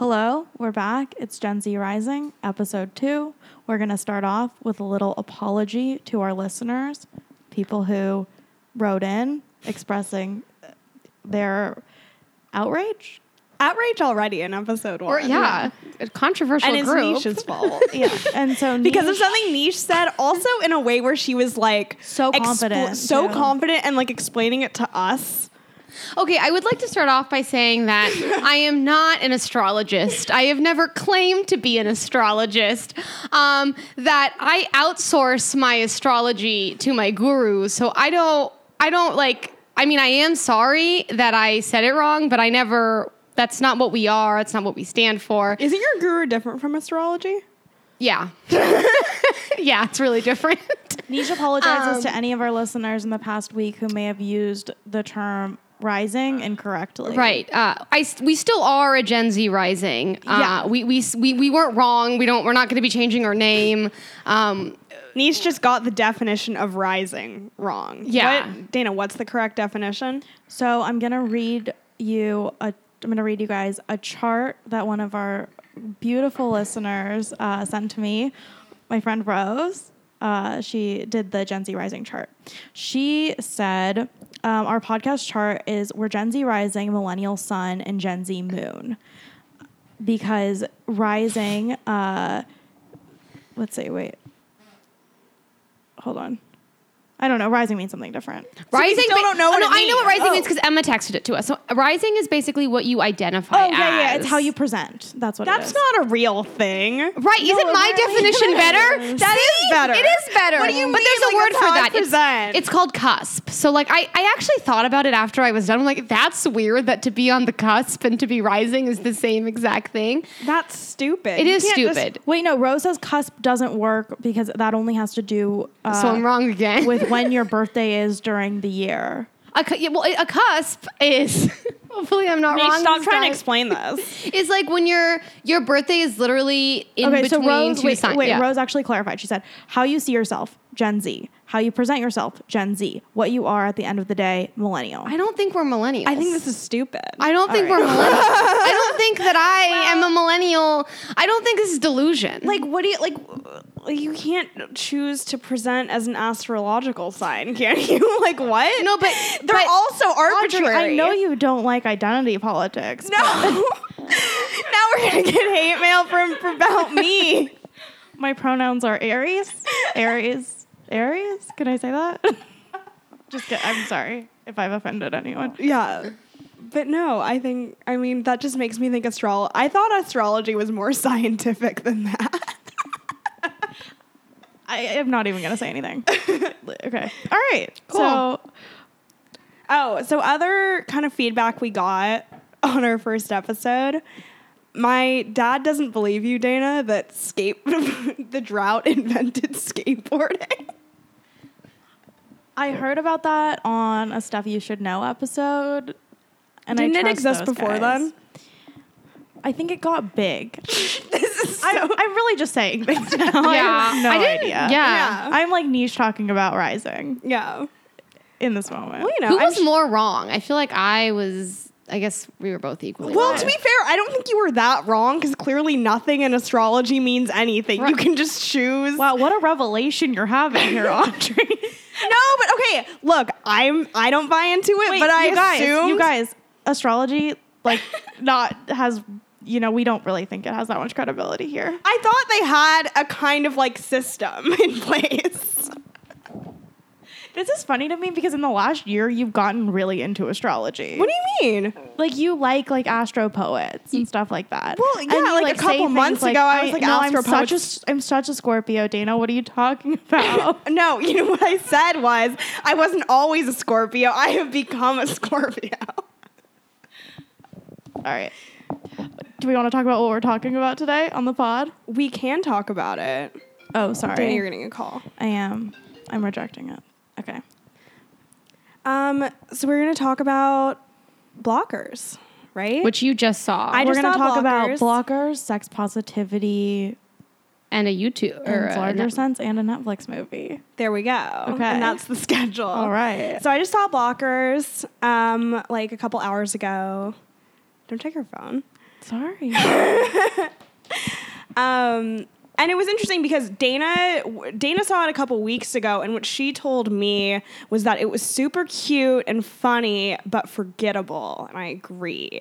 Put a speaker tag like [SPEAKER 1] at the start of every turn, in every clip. [SPEAKER 1] oh
[SPEAKER 2] back. It's Gen Z Rising, episode two. We're going to start off with a little apology to our listeners, people who wrote in expressing their outrage.
[SPEAKER 3] Outrage already in episode one.
[SPEAKER 4] Or yeah, a controversial
[SPEAKER 3] And it's
[SPEAKER 4] group.
[SPEAKER 3] Nisha's fault.
[SPEAKER 2] Yeah. And so,
[SPEAKER 3] because of
[SPEAKER 2] Niche-
[SPEAKER 3] something Niche said, also in a way where she was like
[SPEAKER 2] So confident,
[SPEAKER 3] so
[SPEAKER 2] too.
[SPEAKER 3] confident, and like explaining it to us.
[SPEAKER 4] Okay, I would like to start off by saying that I am not an astrologist. I have never claimed to be an astrologist. Um, that I outsource my astrology to my gurus, so I don't. I don't like. I mean, I am sorry that I said it wrong, but I never. That's not what we are. That's not what we stand for.
[SPEAKER 3] Isn't your guru different from astrology?
[SPEAKER 4] Yeah. yeah, it's really different.
[SPEAKER 2] Niche apologizes to any of our listeners in the past week who may have used the term rising incorrectly.
[SPEAKER 4] Right. Uh, I s- we still are a Gen Z rising. Uh,
[SPEAKER 2] Yeah.
[SPEAKER 4] We, we s- we we weren't wrong. We don't. We're not going to be changing our name. Um,
[SPEAKER 3] Niche just got the definition of rising wrong.
[SPEAKER 4] Yeah.
[SPEAKER 3] What, Dana, what's the correct definition?
[SPEAKER 2] So I'm gonna read you a. I'm gonna read you guys a chart that one of our beautiful listeners uh, sent to me. My friend Rose. Uh, she did the Gen Z Rising chart. She said, um, "Our podcast chart is we're Gen Z Rising, Millennial Sun, and Gen Z Moon, because Rising. Uh, let's see. Wait. Hold on. I don't know. Rising means something different.
[SPEAKER 4] rising.
[SPEAKER 3] still
[SPEAKER 4] ba-
[SPEAKER 3] don't know what
[SPEAKER 4] oh, no,
[SPEAKER 3] it
[SPEAKER 4] I know what
[SPEAKER 3] means.
[SPEAKER 4] rising
[SPEAKER 2] Oh.
[SPEAKER 4] means because Emma texted it to us. So rising is basically what you identify.
[SPEAKER 2] Oh yeah, yeah. It's
[SPEAKER 4] as.
[SPEAKER 2] how you present. That's what. it
[SPEAKER 3] That's
[SPEAKER 2] is.
[SPEAKER 3] not a real thing.
[SPEAKER 4] Right, isn't
[SPEAKER 2] it
[SPEAKER 4] my
[SPEAKER 2] really
[SPEAKER 4] definition better? That is
[SPEAKER 3] better.
[SPEAKER 4] It is better.
[SPEAKER 3] What do you
[SPEAKER 4] but
[SPEAKER 3] mean,
[SPEAKER 4] there's a
[SPEAKER 3] like,
[SPEAKER 4] word
[SPEAKER 3] that's
[SPEAKER 4] for
[SPEAKER 3] how I
[SPEAKER 4] that.
[SPEAKER 3] present?
[SPEAKER 4] It's, it's called cusp. So like I, I actually thought about it after I was done. I'm like, that's weird that to be on the cusp and to be rising is the same exact thing.
[SPEAKER 3] That's stupid.
[SPEAKER 4] It
[SPEAKER 3] You
[SPEAKER 4] is
[SPEAKER 3] can't just-
[SPEAKER 4] stupid.
[SPEAKER 2] Wait, no. Rose says cusp doesn't work because that only has to do. Uh,
[SPEAKER 4] so I'm wrong again.
[SPEAKER 2] with when your birthday is during the year.
[SPEAKER 4] A, cu- yeah, well, a cusp is. Hopefully, I'm not
[SPEAKER 3] Niche,
[SPEAKER 4] wrong.
[SPEAKER 3] stop
[SPEAKER 4] this
[SPEAKER 3] trying to
[SPEAKER 4] time.
[SPEAKER 3] explain this.
[SPEAKER 4] It's like when your your birthday is literally in
[SPEAKER 2] okay, so
[SPEAKER 4] between
[SPEAKER 2] Rose,
[SPEAKER 4] two
[SPEAKER 2] wait,
[SPEAKER 4] signs.
[SPEAKER 2] wait.
[SPEAKER 4] yeah.
[SPEAKER 2] Rose actually clarified. She said, "How you see yourself, Gen Z. How you present yourself, Gen Z. What you are at the end of the day, millennial."
[SPEAKER 4] I don't think we're millennials.
[SPEAKER 3] I think this is stupid.
[SPEAKER 4] I don't think
[SPEAKER 2] All
[SPEAKER 4] we're millennials. I don't think that I am a millennial. I don't think this is delusion.
[SPEAKER 3] like what do you like you can't choose to present as an astrological sign can you like what
[SPEAKER 4] No, but-
[SPEAKER 3] they're
[SPEAKER 4] but-
[SPEAKER 3] also
[SPEAKER 2] Audrey,
[SPEAKER 3] arbitrary
[SPEAKER 2] I know you don't like identity politics.
[SPEAKER 3] no now we're gonna get hate mail from from about me
[SPEAKER 2] My pronouns are Aries. Aries. Aries. Can I say that? Just get, I'm sorry if I've offended anyone.
[SPEAKER 3] yeah but no i think i mean that just makes me think astrology i thought astrology was more scientific than that
[SPEAKER 2] I am not even gonna say anything. okay. All right. So
[SPEAKER 3] Oh, so other kind of feedback we got on our first episode. My dad doesn't believe you, Dana, that skate the drought invented skateboarding.
[SPEAKER 2] I heard about that on a stuff you should know episode. And I
[SPEAKER 3] Didn't it
[SPEAKER 2] trust
[SPEAKER 3] exist
[SPEAKER 2] those
[SPEAKER 3] before
[SPEAKER 2] guys.
[SPEAKER 3] then?
[SPEAKER 2] I think it got big.
[SPEAKER 3] This is
[SPEAKER 2] I,
[SPEAKER 3] so-
[SPEAKER 2] I'm really just saying things now. I have no
[SPEAKER 4] I didn't-
[SPEAKER 2] idea.
[SPEAKER 4] Yeah.
[SPEAKER 2] I'm like niche talking about rising
[SPEAKER 3] yeah.
[SPEAKER 2] in this moment.
[SPEAKER 3] Well, you know,
[SPEAKER 4] Who
[SPEAKER 3] I'm
[SPEAKER 4] was
[SPEAKER 3] sh-
[SPEAKER 4] more wrong? I feel like I was. I guess we were both equally.
[SPEAKER 3] well,
[SPEAKER 4] wrong.
[SPEAKER 3] to be fair, I don't think you were that wrong because clearly nothing in astrology means anything. You
[SPEAKER 4] Right.
[SPEAKER 3] can just choose.
[SPEAKER 2] Wow, what a revelation you're having here, Audrey.
[SPEAKER 3] no, but okay. Look, I'm I don't buy into it, but I
[SPEAKER 2] you guys,
[SPEAKER 3] assumed-
[SPEAKER 2] you guys, astrology like not has you know we don't really think it has that much credibility here.
[SPEAKER 3] I thought they had a kind of like system in place.
[SPEAKER 2] This is funny to me because in the last year you've gotten really into astrology.
[SPEAKER 3] What do you mean?
[SPEAKER 2] like you like like astro poets and stuff like that.
[SPEAKER 3] Well, yeah,
[SPEAKER 2] And you,
[SPEAKER 3] like, a
[SPEAKER 2] say
[SPEAKER 3] couple
[SPEAKER 2] things
[SPEAKER 3] months ago, I was like,
[SPEAKER 2] no, I'm
[SPEAKER 3] astro
[SPEAKER 2] such a
[SPEAKER 3] poets-
[SPEAKER 2] s- I'm such a Scorpio, Dana. What are you talking about?
[SPEAKER 3] No, you know what I said was I wasn't always a Scorpio. I have become a Scorpio.
[SPEAKER 2] All right. Do we want to talk about what we're talking about today on the pod?
[SPEAKER 3] We can talk about it.
[SPEAKER 2] Oh, sorry.
[SPEAKER 3] Dana, you're getting a call.
[SPEAKER 2] I am. I'm rejecting it. Okay.
[SPEAKER 3] Um, so we're gonna talk about blockers, right?
[SPEAKER 4] which you just saw,
[SPEAKER 3] I
[SPEAKER 2] We're
[SPEAKER 3] just
[SPEAKER 2] gonna
[SPEAKER 3] saw
[SPEAKER 2] talk about blockers, sex positivity,
[SPEAKER 4] and a YouTube
[SPEAKER 2] in
[SPEAKER 4] or
[SPEAKER 3] uh,
[SPEAKER 2] its
[SPEAKER 4] a
[SPEAKER 2] larger
[SPEAKER 4] net-
[SPEAKER 2] sense, and a Netflix movie.
[SPEAKER 3] there we go.
[SPEAKER 2] Okay.
[SPEAKER 3] and that's the schedule.
[SPEAKER 2] All right.
[SPEAKER 3] So I just saw blockers, um, like a couple hours ago. Don't check your phone.
[SPEAKER 2] Sorry.
[SPEAKER 3] Um, and it was interesting because Dana Dana saw it a couple weeks ago, and what she told me was that it was super cute and funny, but forgettable. And I agree.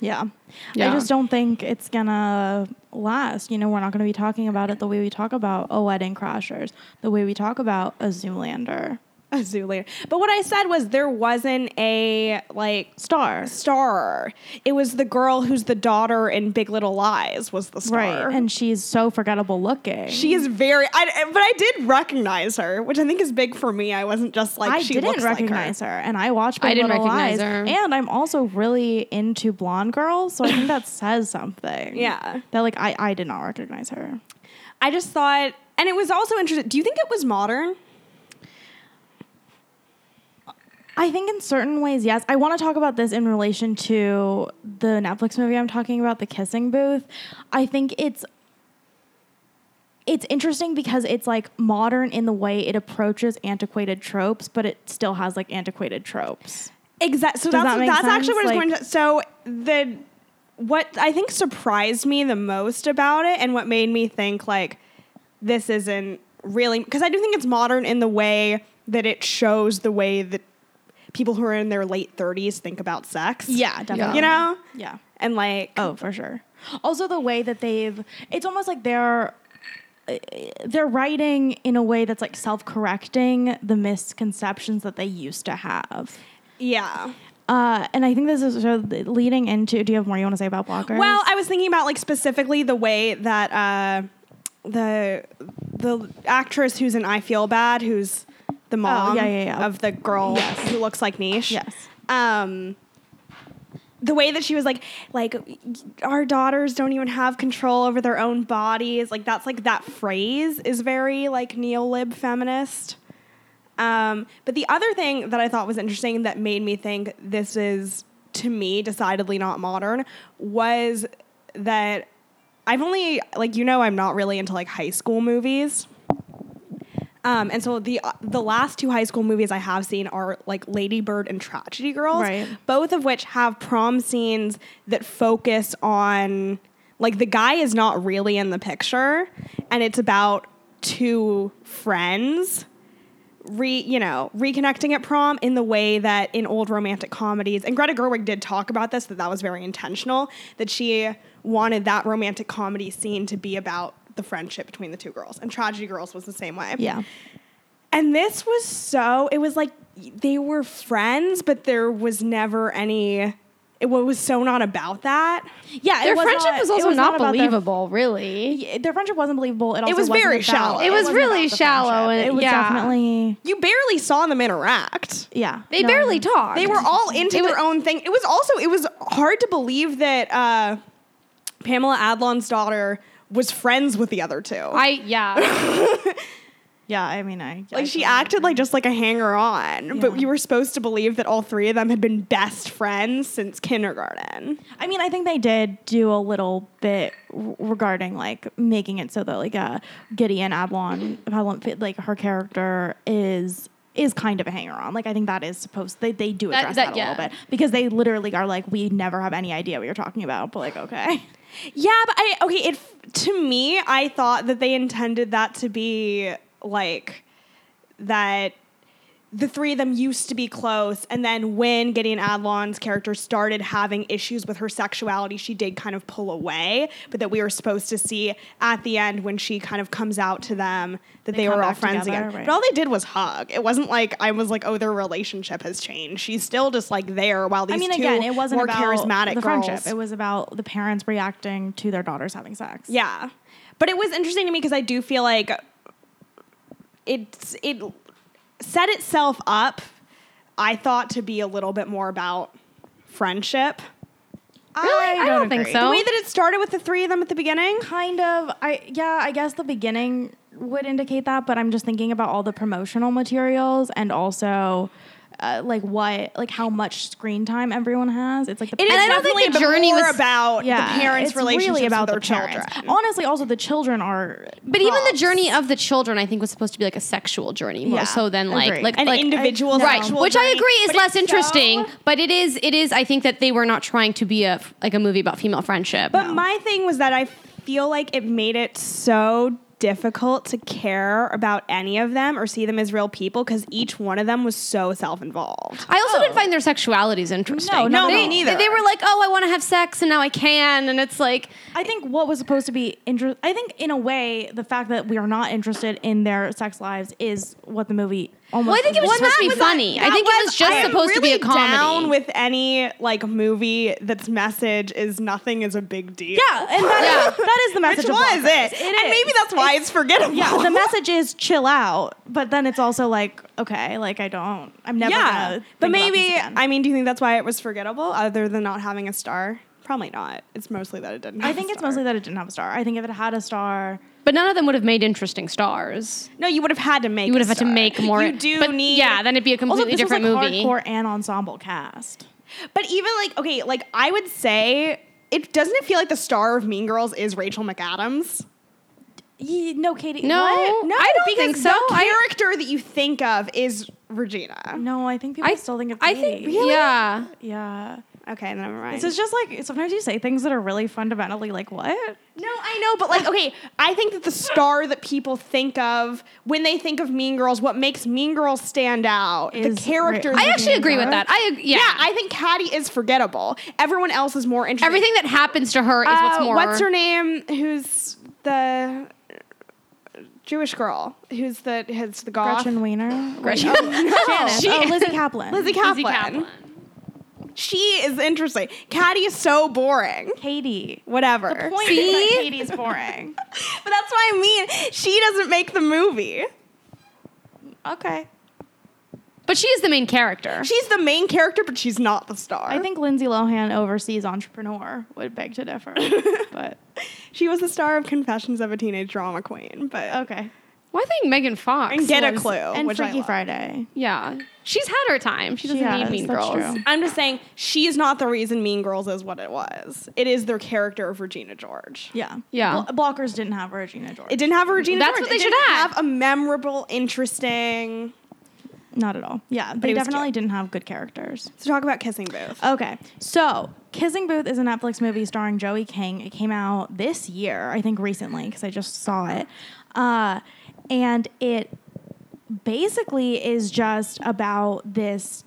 [SPEAKER 2] Yeah.
[SPEAKER 5] Yeah.
[SPEAKER 2] I just don't think it's gonna last. You know, we're not gonna be talking about it the way we talk about a wedding crashers, the way we talk about a Zoolander
[SPEAKER 3] A Zoolander. But what I said was there wasn't a like
[SPEAKER 2] star.
[SPEAKER 3] star. It was the girl who's the daughter in Big Little Lies was the star.
[SPEAKER 2] Right. And she's so forgettable looking.
[SPEAKER 3] she is very. I, but I did recognize her, which I think is big for me. I wasn't just like
[SPEAKER 2] I
[SPEAKER 3] she
[SPEAKER 2] didn't
[SPEAKER 3] looks
[SPEAKER 2] recognize
[SPEAKER 3] like
[SPEAKER 2] her. and I watched Big
[SPEAKER 5] I didn't
[SPEAKER 2] Little
[SPEAKER 5] recognize
[SPEAKER 2] Lies,
[SPEAKER 5] her.
[SPEAKER 2] and I'm also really into blonde girls, so I think that says something.
[SPEAKER 3] Yeah.
[SPEAKER 2] that like I I did not recognize her.
[SPEAKER 3] her. I just thought, and it was also interesting. Do you think it was modern?
[SPEAKER 2] I think in certain ways, yes. I want to talk about this in relation to the Netflix movie I'm talking about, The Kissing Booth. I think it's it's interesting because it's like modern in the way it approaches antiquated tropes, but it still has like antiquated tropes.
[SPEAKER 3] Exactly. So
[SPEAKER 2] Does
[SPEAKER 3] that's
[SPEAKER 2] that make
[SPEAKER 3] that's actually
[SPEAKER 2] sense?
[SPEAKER 3] what I
[SPEAKER 2] Like-
[SPEAKER 3] was going to. So the what I think surprised me the most about it, and what made me think like this isn't really because I do think it's modern in the way that it shows the way that people who are in their late thirties think about sex.
[SPEAKER 2] definitely.
[SPEAKER 3] You know,
[SPEAKER 2] Yeah.
[SPEAKER 3] and like
[SPEAKER 2] Oh, for sure. Also, the way that they've, it's almost like they're. uh, They're writing in a way that's like self correcting the misconceptions that they used to have.
[SPEAKER 3] yeah.
[SPEAKER 2] Uh, and I think this is sort of leading into. Do you have more you want to say about blockers?
[SPEAKER 3] Well, I was thinking about like specifically the way that uh, the the actress who's in I Feel Bad, who's the mom
[SPEAKER 2] Oh, yeah, yeah, yeah.
[SPEAKER 3] of the girl who looks like Niche.
[SPEAKER 2] Yes.
[SPEAKER 3] Um, the way that she was like, like our daughters don't even have control over their own bodies. Like that's like that phrase is very like neolib feminist. Um, but the other thing that I thought was interesting that made me think this is, to me, decidedly not modern was that I've only, like, you know, I'm not really into like high school movies. Um, and so the the last two high school movies I have seen are like Lady Bird and Tragedy Girls,
[SPEAKER 2] Right.
[SPEAKER 3] both of which have prom scenes that focus on like the guy is not really in the picture, and it's about two friends re you know reconnecting at prom in the way that in old romantic comedies and Greta Gerwig did talk about this that that was very intentional that she wanted that romantic comedy scene to be about the friendship between the two girls and tragedy girls was the same way
[SPEAKER 2] yeah,
[SPEAKER 3] and this was so it was like they were friends but there was never any it was so not about that
[SPEAKER 2] yeah.
[SPEAKER 5] Their
[SPEAKER 2] it was
[SPEAKER 5] friendship
[SPEAKER 2] not-
[SPEAKER 5] was
[SPEAKER 2] it
[SPEAKER 5] also
[SPEAKER 2] was
[SPEAKER 5] not,
[SPEAKER 2] about their-
[SPEAKER 5] believable, really.
[SPEAKER 2] Yeah, Their friendship wasn't believable. It, also
[SPEAKER 3] was
[SPEAKER 2] wasn't
[SPEAKER 3] very
[SPEAKER 2] about-
[SPEAKER 3] shallow. It
[SPEAKER 2] wasn't
[SPEAKER 5] was really
[SPEAKER 2] about the
[SPEAKER 5] shallow
[SPEAKER 2] friendship.
[SPEAKER 5] and-
[SPEAKER 2] it was
[SPEAKER 5] yeah.
[SPEAKER 2] definitely
[SPEAKER 3] you barely saw them interact
[SPEAKER 2] yeah.
[SPEAKER 5] They
[SPEAKER 2] No.
[SPEAKER 5] barely talked.
[SPEAKER 3] They were all into
[SPEAKER 5] It
[SPEAKER 3] their
[SPEAKER 5] was-
[SPEAKER 3] own thing. It was also it was hard to believe that uh, Pamela Adlon's daughter was friends with the other two.
[SPEAKER 5] I yeah.
[SPEAKER 2] Yeah, I mean, I I
[SPEAKER 3] like she
[SPEAKER 2] totally-
[SPEAKER 3] acted like just like a hanger on, but
[SPEAKER 2] Yeah.
[SPEAKER 3] you were supposed to believe that all three of them had been best friends since kindergarten.
[SPEAKER 2] I mean, I think they did do a little bit r- regarding like making it so that like uh, Gideon Ablon, Ablon, like her character is is kind of a hanger on. Like I think that is supposed they they do
[SPEAKER 5] That-
[SPEAKER 2] address
[SPEAKER 5] that-
[SPEAKER 2] that, a
[SPEAKER 5] yeah.
[SPEAKER 2] little bit because they literally are like we never have any idea what you're talking about. But like okay,
[SPEAKER 3] Yeah, but I okay. It to me, I thought that they intended that to be like that. The three of them used to be close, and then when Gideon Adlon's character started having issues with her sexuality, she did kind of pull away. But that we were supposed to see at the end when she kind of comes out to them that they,
[SPEAKER 2] come
[SPEAKER 3] were all
[SPEAKER 2] back
[SPEAKER 3] friends
[SPEAKER 2] together,
[SPEAKER 3] again.
[SPEAKER 2] right.
[SPEAKER 3] But all they did was hug. It wasn't like I was like, oh, their relationship has changed. She's still just like there while these
[SPEAKER 2] I mean,
[SPEAKER 3] two
[SPEAKER 2] again, it wasn't
[SPEAKER 3] more
[SPEAKER 2] about
[SPEAKER 3] charismatic
[SPEAKER 2] the
[SPEAKER 3] girls.
[SPEAKER 2] friendship. It was about the parents reacting to their daughters having sex.
[SPEAKER 3] Yeah. But it was interesting to me because I do feel like it's it set itself up I thought to be a little bit more about friendship.
[SPEAKER 5] Really? I don't think
[SPEAKER 2] agree.
[SPEAKER 5] so.
[SPEAKER 3] The way that it started with the three of them at the beginning.
[SPEAKER 2] Kind of. I yeah. I guess the beginning would indicate that, but I'm just thinking about all the promotional materials and also. Uh, like what like how much screen time everyone has it's like the
[SPEAKER 3] It is
[SPEAKER 5] I don't think
[SPEAKER 3] definitely
[SPEAKER 5] the
[SPEAKER 3] been
[SPEAKER 5] journey
[SPEAKER 3] more
[SPEAKER 5] was-
[SPEAKER 3] about the parents'
[SPEAKER 2] it's
[SPEAKER 3] relationship
[SPEAKER 2] really about
[SPEAKER 3] with their
[SPEAKER 2] the parents.
[SPEAKER 3] children. e
[SPEAKER 2] honestly also the children are
[SPEAKER 5] But even the
[SPEAKER 3] Props.
[SPEAKER 5] journey of the children, I think, was supposed to be like a sexual journey more
[SPEAKER 2] Yeah,
[SPEAKER 5] so than like
[SPEAKER 2] agreed.
[SPEAKER 5] like
[SPEAKER 3] An
[SPEAKER 5] like
[SPEAKER 3] individual
[SPEAKER 2] no.
[SPEAKER 5] right,
[SPEAKER 3] sexual
[SPEAKER 5] which I
[SPEAKER 3] journey,
[SPEAKER 5] agree is
[SPEAKER 3] but
[SPEAKER 5] less
[SPEAKER 3] it's so-
[SPEAKER 5] interesting. But it is it is I think that they were not trying to be a like a movie about female friendship.
[SPEAKER 3] But my thing was that I feel like it made it so difficult to care about any of them or see them as real people because each one of them was so self-involved.
[SPEAKER 5] I also didn't find their sexualities interesting.
[SPEAKER 2] No, not at
[SPEAKER 5] they,
[SPEAKER 2] all.
[SPEAKER 3] Neither.
[SPEAKER 5] They were like, "Oh, I want to have sex, and now I can," and it's like,
[SPEAKER 2] I think what was supposed to be interesting, I think in a way, the fact that we are not interested in their sex lives is what the movie almost.
[SPEAKER 5] well, I think it was
[SPEAKER 2] Well,
[SPEAKER 5] supposed to be
[SPEAKER 3] That was a-
[SPEAKER 5] funny. I
[SPEAKER 3] that
[SPEAKER 5] think it was just
[SPEAKER 3] I am
[SPEAKER 5] supposed to be a
[SPEAKER 3] really
[SPEAKER 5] comedy.
[SPEAKER 3] Down with any like movie that's message is nothing is a big deal.
[SPEAKER 2] Yeah, and that is
[SPEAKER 5] Yeah.
[SPEAKER 2] that is the
[SPEAKER 3] Which
[SPEAKER 2] message. of
[SPEAKER 3] was
[SPEAKER 2] Blockers.
[SPEAKER 3] it? and
[SPEAKER 2] is.
[SPEAKER 3] maybe that's why it's, forgettable.
[SPEAKER 2] Yeah, the message is chill out, but then it's also like, okay, like I don't, I'm never
[SPEAKER 3] Yeah,
[SPEAKER 2] gonna.
[SPEAKER 3] but
[SPEAKER 2] think about this
[SPEAKER 3] maybe
[SPEAKER 2] again.
[SPEAKER 3] I mean, do you think that's why it was forgettable, other than not having a star? Probably not. It's mostly that it didn't. Have
[SPEAKER 2] I think it's mostly that it didn't have a star. I think if it had a star,
[SPEAKER 5] but none of them would have made interesting stars.
[SPEAKER 3] no. You would have had to make.
[SPEAKER 5] You would
[SPEAKER 3] a
[SPEAKER 5] have had to
[SPEAKER 3] star.
[SPEAKER 5] make more.
[SPEAKER 3] You do
[SPEAKER 5] but
[SPEAKER 3] need.
[SPEAKER 5] yeah. Then it'd be a
[SPEAKER 2] also
[SPEAKER 5] completely
[SPEAKER 2] this
[SPEAKER 5] different
[SPEAKER 2] was like
[SPEAKER 5] movie.
[SPEAKER 2] hardcore and ensemble cast.
[SPEAKER 3] But even like okay, like I would say, it doesn't it feel like the star of Mean Girls is Rachel McAdams?
[SPEAKER 2] Ye- no, Katie.
[SPEAKER 5] No.
[SPEAKER 2] what?
[SPEAKER 3] No,
[SPEAKER 5] I don't
[SPEAKER 3] because
[SPEAKER 5] think so.
[SPEAKER 3] The
[SPEAKER 5] I-
[SPEAKER 3] character that you think of is Regina.
[SPEAKER 2] no, I think people
[SPEAKER 5] I
[SPEAKER 2] still think it's.
[SPEAKER 5] I think
[SPEAKER 2] Katie.
[SPEAKER 5] yeah.
[SPEAKER 2] yeah.
[SPEAKER 3] Okay, never mind.
[SPEAKER 2] This is just like sometimes you say things that are really fundamentally like what?
[SPEAKER 3] No, I know, but like, okay, I think that the star that people think of when they think of Mean Girls, what makes Mean Girls stand out,
[SPEAKER 2] Is
[SPEAKER 3] the characters.
[SPEAKER 2] Ra-
[SPEAKER 3] of
[SPEAKER 5] I actually
[SPEAKER 3] Mean
[SPEAKER 5] agree with
[SPEAKER 3] Girls.
[SPEAKER 5] that. I yeah.
[SPEAKER 3] Yeah. I think Caddy is forgettable. Everyone else is more interesting.
[SPEAKER 5] Everything that happens to her is
[SPEAKER 3] Uh,
[SPEAKER 5] what's more.
[SPEAKER 3] her name? Who's the Jewish girl? Who's the has the goth?
[SPEAKER 2] Gretchen Weiner.
[SPEAKER 5] Gretchen.
[SPEAKER 2] Janice.
[SPEAKER 5] She-
[SPEAKER 2] oh, Lizzie Kaplan.
[SPEAKER 3] Lizzie
[SPEAKER 5] Lizzie
[SPEAKER 3] Kaplan.
[SPEAKER 5] Kaplan.
[SPEAKER 3] She is interesting. Caddy is so boring.
[SPEAKER 2] Katie.
[SPEAKER 3] Whatever.
[SPEAKER 2] The point
[SPEAKER 5] See?
[SPEAKER 2] is that Katie's boring.
[SPEAKER 3] but that's what I mean. She doesn't make the movie.
[SPEAKER 2] okay.
[SPEAKER 5] But she is the main character.
[SPEAKER 3] She's the main character, but she's not the star.
[SPEAKER 2] I think Lindsay Lohan overseas entrepreneur would beg to differ. but
[SPEAKER 3] She was the star of Confessions of a Teenage Drama Queen, but
[SPEAKER 2] okay.
[SPEAKER 5] Well, I think Megan Fox.
[SPEAKER 3] and get a
[SPEAKER 5] was-
[SPEAKER 3] clue.
[SPEAKER 2] And
[SPEAKER 3] which I
[SPEAKER 2] Freaky
[SPEAKER 3] love.
[SPEAKER 2] Friday.
[SPEAKER 5] Yeah. She's had her time. She doesn't
[SPEAKER 2] has,
[SPEAKER 5] need Mean
[SPEAKER 2] that's
[SPEAKER 5] Girls.
[SPEAKER 2] true.
[SPEAKER 3] I'm just saying she is not the reason Mean Girls is what it was. It is their character of Regina George.
[SPEAKER 2] Yeah.
[SPEAKER 5] Yeah.
[SPEAKER 2] Blo- blockers didn't have Regina George.
[SPEAKER 3] It didn't have a Regina
[SPEAKER 5] That's
[SPEAKER 3] George.
[SPEAKER 5] what they
[SPEAKER 3] it
[SPEAKER 5] should
[SPEAKER 3] didn't
[SPEAKER 5] have.
[SPEAKER 3] have a memorable, interesting.
[SPEAKER 2] Not at all. Yeah.
[SPEAKER 3] it
[SPEAKER 2] They
[SPEAKER 3] was
[SPEAKER 2] definitely
[SPEAKER 3] cute.
[SPEAKER 2] didn't have good characters.
[SPEAKER 3] So talk about kissing booth.
[SPEAKER 2] Okay. So, Kissing Booth is a Netflix movie starring Joey King. It came out this year, I think recently, because I just saw it. Uh, and it basically is just about this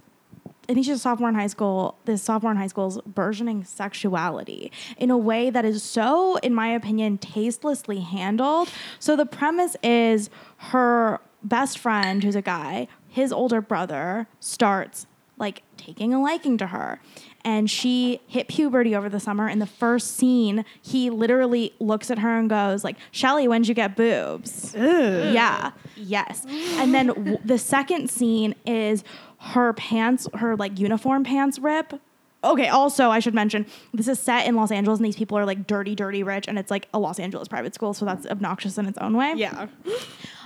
[SPEAKER 2] I think she's a sophomore in high school, this sophomore in high school's burgeoning sexuality in a way that is so, in my opinion, tastelessly handled. So the premise is her best friend, who's a guy, his older brother starts like taking a liking to her. And she hit puberty over the summer. In the first scene, he literally looks at her and goes, like, Shelly, when'd you get boobs? Yeah. Yes. And then w- the second scene is her pants, her like uniform pants rip. Okay, also I should mention this is set in Los Angeles and these people are like dirty, dirty rich and it's like a Los Angeles private school, so that's obnoxious in its own way
[SPEAKER 3] Yeah.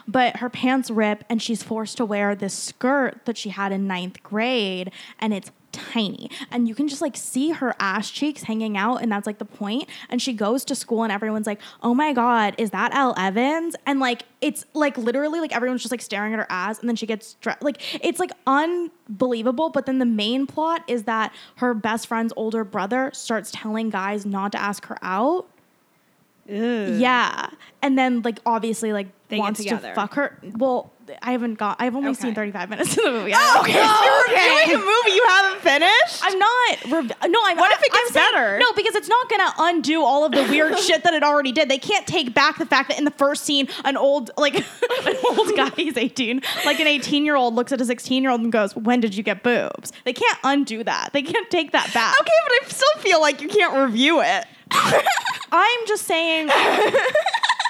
[SPEAKER 2] but her pants rip and she's forced to wear this skirt that she had in ninth grade and it's tiny and you can just like see her ass cheeks hanging out and that's like the point and she goes to school and everyone's like oh my god is that Elle Evans and like it's like literally like everyone's just like staring at her ass and then she gets dressed like it's like unbelievable but then the main plot is that her best friend's older brother starts telling guys not to ask her out yeah. And then like obviously like
[SPEAKER 3] They get
[SPEAKER 2] wants to
[SPEAKER 3] together.
[SPEAKER 2] fuck her. Well, I haven't got I've only
[SPEAKER 3] Okay. Oh!
[SPEAKER 2] seen 35 minutes of the movie.
[SPEAKER 3] okay. You're reviewing a movie you haven't finished.
[SPEAKER 2] I'm not rev- no, I'm
[SPEAKER 3] What if it
[SPEAKER 2] I'm
[SPEAKER 3] gets
[SPEAKER 2] saying-
[SPEAKER 3] better?
[SPEAKER 2] no, because it's not gonna undo all of the weird shit that it already did. They can't take back the fact that in the first scene an old like an old guy he's 18, like an 18 year old looks at a 16 year old and goes, When did you get boobs? They can't undo that. They can't take that back.
[SPEAKER 3] okay, but I still feel like you can't review it.
[SPEAKER 2] I'm just saying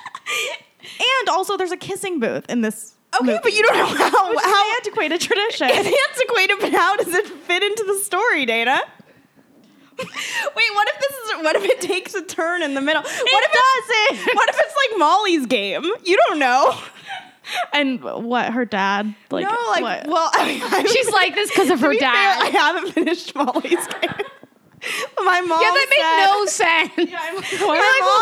[SPEAKER 2] And also there's a kissing booth in this
[SPEAKER 3] Okay, but you don't know how
[SPEAKER 2] Which is
[SPEAKER 3] how
[SPEAKER 2] an antiquated tradition.
[SPEAKER 3] It's antiquated, but how does it fit into the story, Dana? Wait, what if this is what if it takes a turn in the middle? What if doesn't? What if it's like Molly's game? You don't know.
[SPEAKER 2] and what her dad like?
[SPEAKER 3] no, like
[SPEAKER 2] what?
[SPEAKER 3] well, I mean, I
[SPEAKER 5] She's like this because of her
[SPEAKER 3] to be fair, I
[SPEAKER 5] dad.
[SPEAKER 3] haven't finished Molly's game. But my mom.
[SPEAKER 5] Yeah, that made no sense.
[SPEAKER 3] made no. My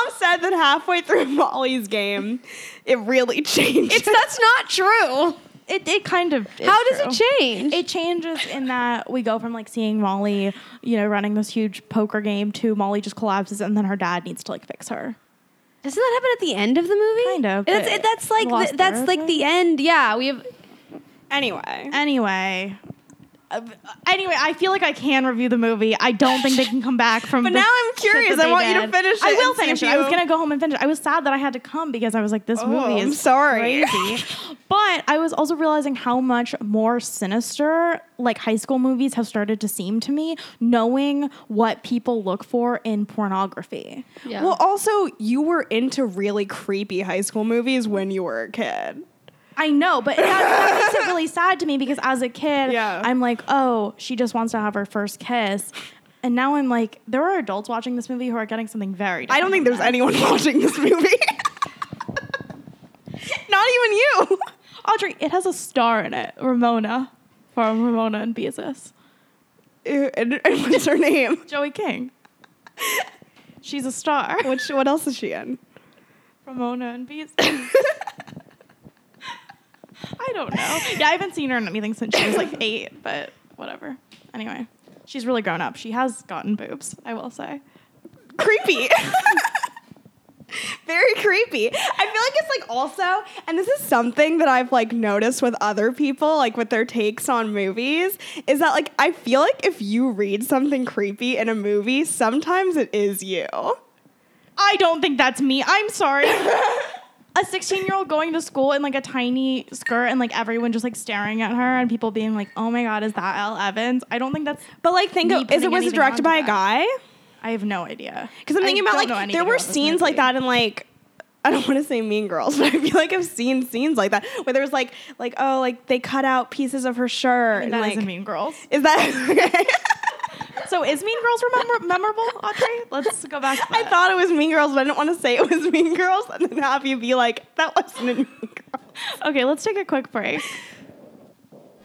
[SPEAKER 3] mom said that halfway through Molly's game, it really changed.
[SPEAKER 5] It's that's not true.
[SPEAKER 2] it, it kind of. is
[SPEAKER 5] How does
[SPEAKER 2] true.
[SPEAKER 5] it change?
[SPEAKER 2] It changes in that we go from like seeing Molly, you know, running this huge poker game to Molly just collapses and then her dad needs to like fix her.
[SPEAKER 4] Doesn't that happen at the end of the movie?
[SPEAKER 2] Kind of,
[SPEAKER 4] That's,
[SPEAKER 2] but
[SPEAKER 4] it, that's like
[SPEAKER 2] lost
[SPEAKER 4] the, that's
[SPEAKER 2] their
[SPEAKER 4] like the end. Yeah, we have.
[SPEAKER 3] Anyway,
[SPEAKER 2] Anyway. Uh, Anyway, I feel like I can review the movie. I don't think they can come back from.
[SPEAKER 3] But
[SPEAKER 2] the
[SPEAKER 3] now I'm
[SPEAKER 2] shit
[SPEAKER 3] curious.
[SPEAKER 2] that
[SPEAKER 3] I
[SPEAKER 2] they
[SPEAKER 3] want you to
[SPEAKER 2] did.
[SPEAKER 3] finish
[SPEAKER 2] I
[SPEAKER 3] it
[SPEAKER 2] will
[SPEAKER 3] and see
[SPEAKER 2] finish it.
[SPEAKER 3] if
[SPEAKER 2] I was
[SPEAKER 3] you- Oh,
[SPEAKER 2] gonna go home and finish. it. I was sad that I had to come because I was like, this movie
[SPEAKER 3] I'm
[SPEAKER 2] is
[SPEAKER 3] sorry.
[SPEAKER 2] crazy. but I was also realizing how much more sinister like high school movies have started to seem to me, knowing what people look for in pornography.
[SPEAKER 5] Yeah.
[SPEAKER 3] Well, also, you were into really creepy high school movies when you were a kid.
[SPEAKER 2] I know, but that, that makes it really sad to me because as a kid,
[SPEAKER 3] Yeah.
[SPEAKER 2] I'm like, oh, she just wants to have her first kiss. And now I'm like, there are adults watching this movie who are getting something very different.
[SPEAKER 3] I don't think there's anyone watching this movie. Not even you.
[SPEAKER 2] Audrey, it has a star in it. Ramona from Ramona and Beezus.
[SPEAKER 3] Ew, Uh, And, and what's her name?
[SPEAKER 2] Joey King. She's a star.
[SPEAKER 3] Which what else is she in?
[SPEAKER 2] Ramona and Beezus. I don't know. Yeah, I haven't seen her in anything since she was like eight, but whatever. Anyway, she's really grown up. She has gotten boobs, I will say.
[SPEAKER 3] Creepy. Very creepy. I feel like it's like also, and this is something that I've like noticed with other people, like with their takes on movies, is that like I feel like if you read something creepy in a movie, sometimes it is you.
[SPEAKER 2] I don't think that's me. I'm sorry. a 16 year old going to school in like a tiny skirt and like everyone just like staring at her and people being like, oh my God, is that Elle Evans? I don't think that's.
[SPEAKER 3] But like, think
[SPEAKER 2] Me
[SPEAKER 3] of, is
[SPEAKER 2] putting
[SPEAKER 3] it was it
[SPEAKER 2] anything
[SPEAKER 3] directed
[SPEAKER 2] onto
[SPEAKER 3] by a
[SPEAKER 2] that.
[SPEAKER 3] guy?
[SPEAKER 2] I have no idea.
[SPEAKER 3] Because I'm
[SPEAKER 2] I
[SPEAKER 3] thinking about
[SPEAKER 2] don't know
[SPEAKER 3] like
[SPEAKER 2] anything
[SPEAKER 3] there were
[SPEAKER 2] about this
[SPEAKER 3] scenes like
[SPEAKER 2] movie.
[SPEAKER 3] that in like I don't want to say Mean Girls, but I feel like I've seen scenes like that where there was like like oh like they cut out pieces of her shirt and
[SPEAKER 2] That
[SPEAKER 3] like
[SPEAKER 2] isn't Mean Girls.
[SPEAKER 3] is that okay?
[SPEAKER 2] So is Mean Girls remember- memorable, Audrey? Let's go back to
[SPEAKER 3] I
[SPEAKER 2] that.
[SPEAKER 3] thought it was Mean Girls, but I didn't want to say it was Mean Girls and then have you be like that wasn't in Mean Girls.
[SPEAKER 2] Okay, let's take a quick break.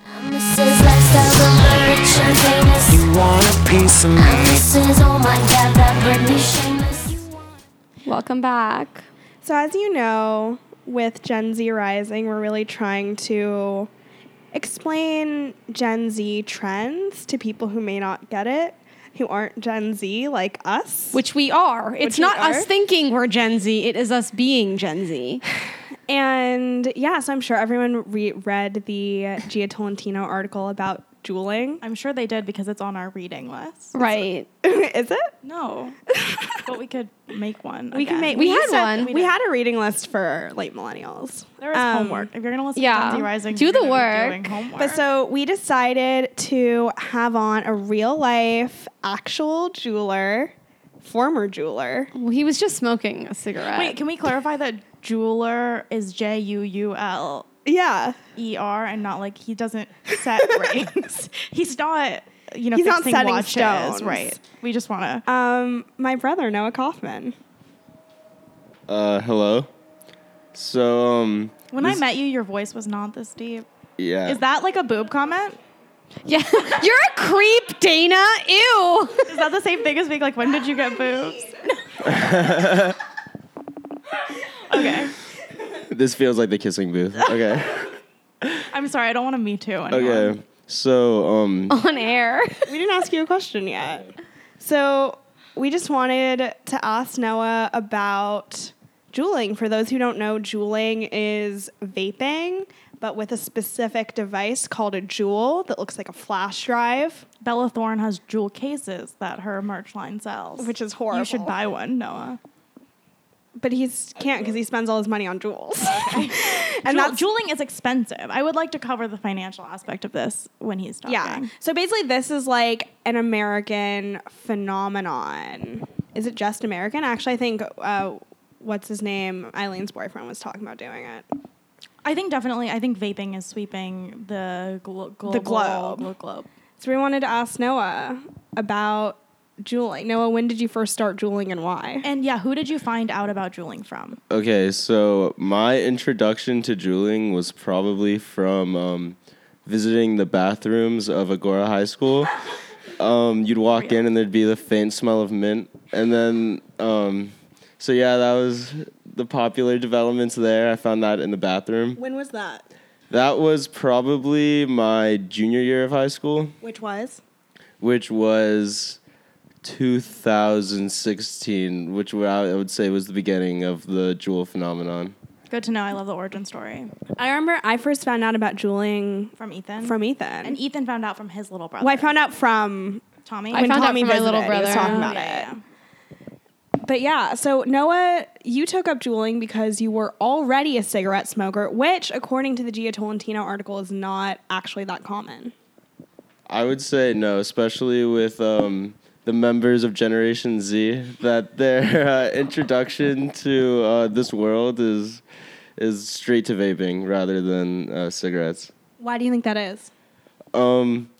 [SPEAKER 1] Mrs. Lifestyle's a literature famous.
[SPEAKER 6] You want a piece of me?
[SPEAKER 1] Mrs. Oh my god, that Britney Shameless.
[SPEAKER 4] Welcome back.
[SPEAKER 3] So as you know, with Gen Z rising, we're really trying to explain Gen Z trends to people who may not get it, who aren't Gen Z like us.
[SPEAKER 5] Which we are. It's
[SPEAKER 3] we
[SPEAKER 5] not
[SPEAKER 3] are.
[SPEAKER 5] us thinking we're Gen Z, it is us being Gen Z.
[SPEAKER 3] And yeah, so I'm sure everyone re- read the Gia Tolentino article about juuling.
[SPEAKER 2] I'm sure they did because it's on our reading list.
[SPEAKER 4] Right.
[SPEAKER 3] Is it?
[SPEAKER 2] No, but we could make one.
[SPEAKER 3] We can
[SPEAKER 2] again.
[SPEAKER 3] make.
[SPEAKER 4] We had
[SPEAKER 3] used to-
[SPEAKER 4] one.
[SPEAKER 3] We,
[SPEAKER 2] We did.
[SPEAKER 3] had a reading list for late millennials.
[SPEAKER 2] There is
[SPEAKER 3] Um,
[SPEAKER 2] homework. If you're gonna listen
[SPEAKER 4] yeah.
[SPEAKER 2] to Gen Z Rising,
[SPEAKER 4] Do
[SPEAKER 2] you're
[SPEAKER 4] the
[SPEAKER 2] gonna be
[SPEAKER 4] work.
[SPEAKER 2] Doing homework.
[SPEAKER 3] But so we decided to have on a real life, actual jeweler, former jeweler.
[SPEAKER 5] Well, he was just smoking a cigarette.
[SPEAKER 2] Wait, can we clarify that jeweler is J U U L
[SPEAKER 3] Yeah,
[SPEAKER 2] E R and not like he doesn't set rings. He's not, you know,
[SPEAKER 3] He's not
[SPEAKER 2] fixing
[SPEAKER 3] setting
[SPEAKER 2] watches,
[SPEAKER 3] stones.
[SPEAKER 2] right? We just want to.
[SPEAKER 3] um, my brother Noah Kaufman.
[SPEAKER 7] Uh, hello. So, um,
[SPEAKER 2] When I
[SPEAKER 7] this-
[SPEAKER 2] met you, your voice was not this deep.
[SPEAKER 7] yeah,
[SPEAKER 2] Is that like a boob comment?
[SPEAKER 5] yeah. You're a creep, Dana. Ew.
[SPEAKER 2] Is that the same thing as being like, when did you get boobs? okay,
[SPEAKER 7] this feels like the kissing booth. Okay,
[SPEAKER 2] I'm sorry. I don't want to me too. Anyone.
[SPEAKER 7] okay. So, um,
[SPEAKER 4] On air.
[SPEAKER 3] We didn't ask you a question yet, so we just wanted to ask Noah about juuling. For those who don't know, juuling is vaping, but with a specific device called a joule that looks like a flash drive.
[SPEAKER 2] Bella Thorne has jewel cases that her merch line sells,
[SPEAKER 3] Which is
[SPEAKER 2] You should
[SPEAKER 3] horrible.
[SPEAKER 2] buy one, Noah.
[SPEAKER 3] But he can't because he spends all his money on jewels. and
[SPEAKER 2] Jewel-
[SPEAKER 3] that's
[SPEAKER 2] jeweling is expensive. I would like to cover the financial aspect of this when he's talking.
[SPEAKER 3] yeah. So basically, this is like an American phenomenon. Is it just American? Actually, I think uh, what's his name, Eileen's boyfriend, was talking about doing it.
[SPEAKER 2] I think definitely. I think vaping is sweeping the glo- global,
[SPEAKER 3] globe.
[SPEAKER 2] glo- globe.
[SPEAKER 3] So we wanted to ask Noah about jeweling. Noah, when did you first start jeweling and why?
[SPEAKER 2] And yeah, who did you find out about jeweling from?
[SPEAKER 7] okay. So my introduction to jeweling was probably from um, visiting the bathrooms of Agora High School. Um, you'd walk in and there'd be the faint smell of mint, and then um, so yeah, that was the popular developments there. I found that in the bathroom.
[SPEAKER 3] when was that?
[SPEAKER 7] That was probably my junior year of high school.
[SPEAKER 3] Which was?
[SPEAKER 7] which was 2016, which wa- I would say was the beginning of the Jewel phenomenon.
[SPEAKER 2] Good to know. I love the origin story
[SPEAKER 3] I remember I first found out about jeweling
[SPEAKER 2] from Ethan.
[SPEAKER 3] from Ethan.
[SPEAKER 2] and Ethan found out from his little brother.
[SPEAKER 3] well, I found out from
[SPEAKER 2] Tommy.
[SPEAKER 5] I
[SPEAKER 3] when
[SPEAKER 5] found out
[SPEAKER 3] Tommy
[SPEAKER 5] from my little
[SPEAKER 3] visited, he was
[SPEAKER 5] brother.
[SPEAKER 3] talking about it. But yeah, so Noah, you took up dueling because you were already a cigarette smoker, which, according to the Gia Tolentino article, is not actually that common.
[SPEAKER 7] I would say no, especially with um, the members of Generation Z, that their uh, introduction to uh, this world is is straight to vaping rather than uh, cigarettes.
[SPEAKER 3] Why do you think that is?
[SPEAKER 7] Um,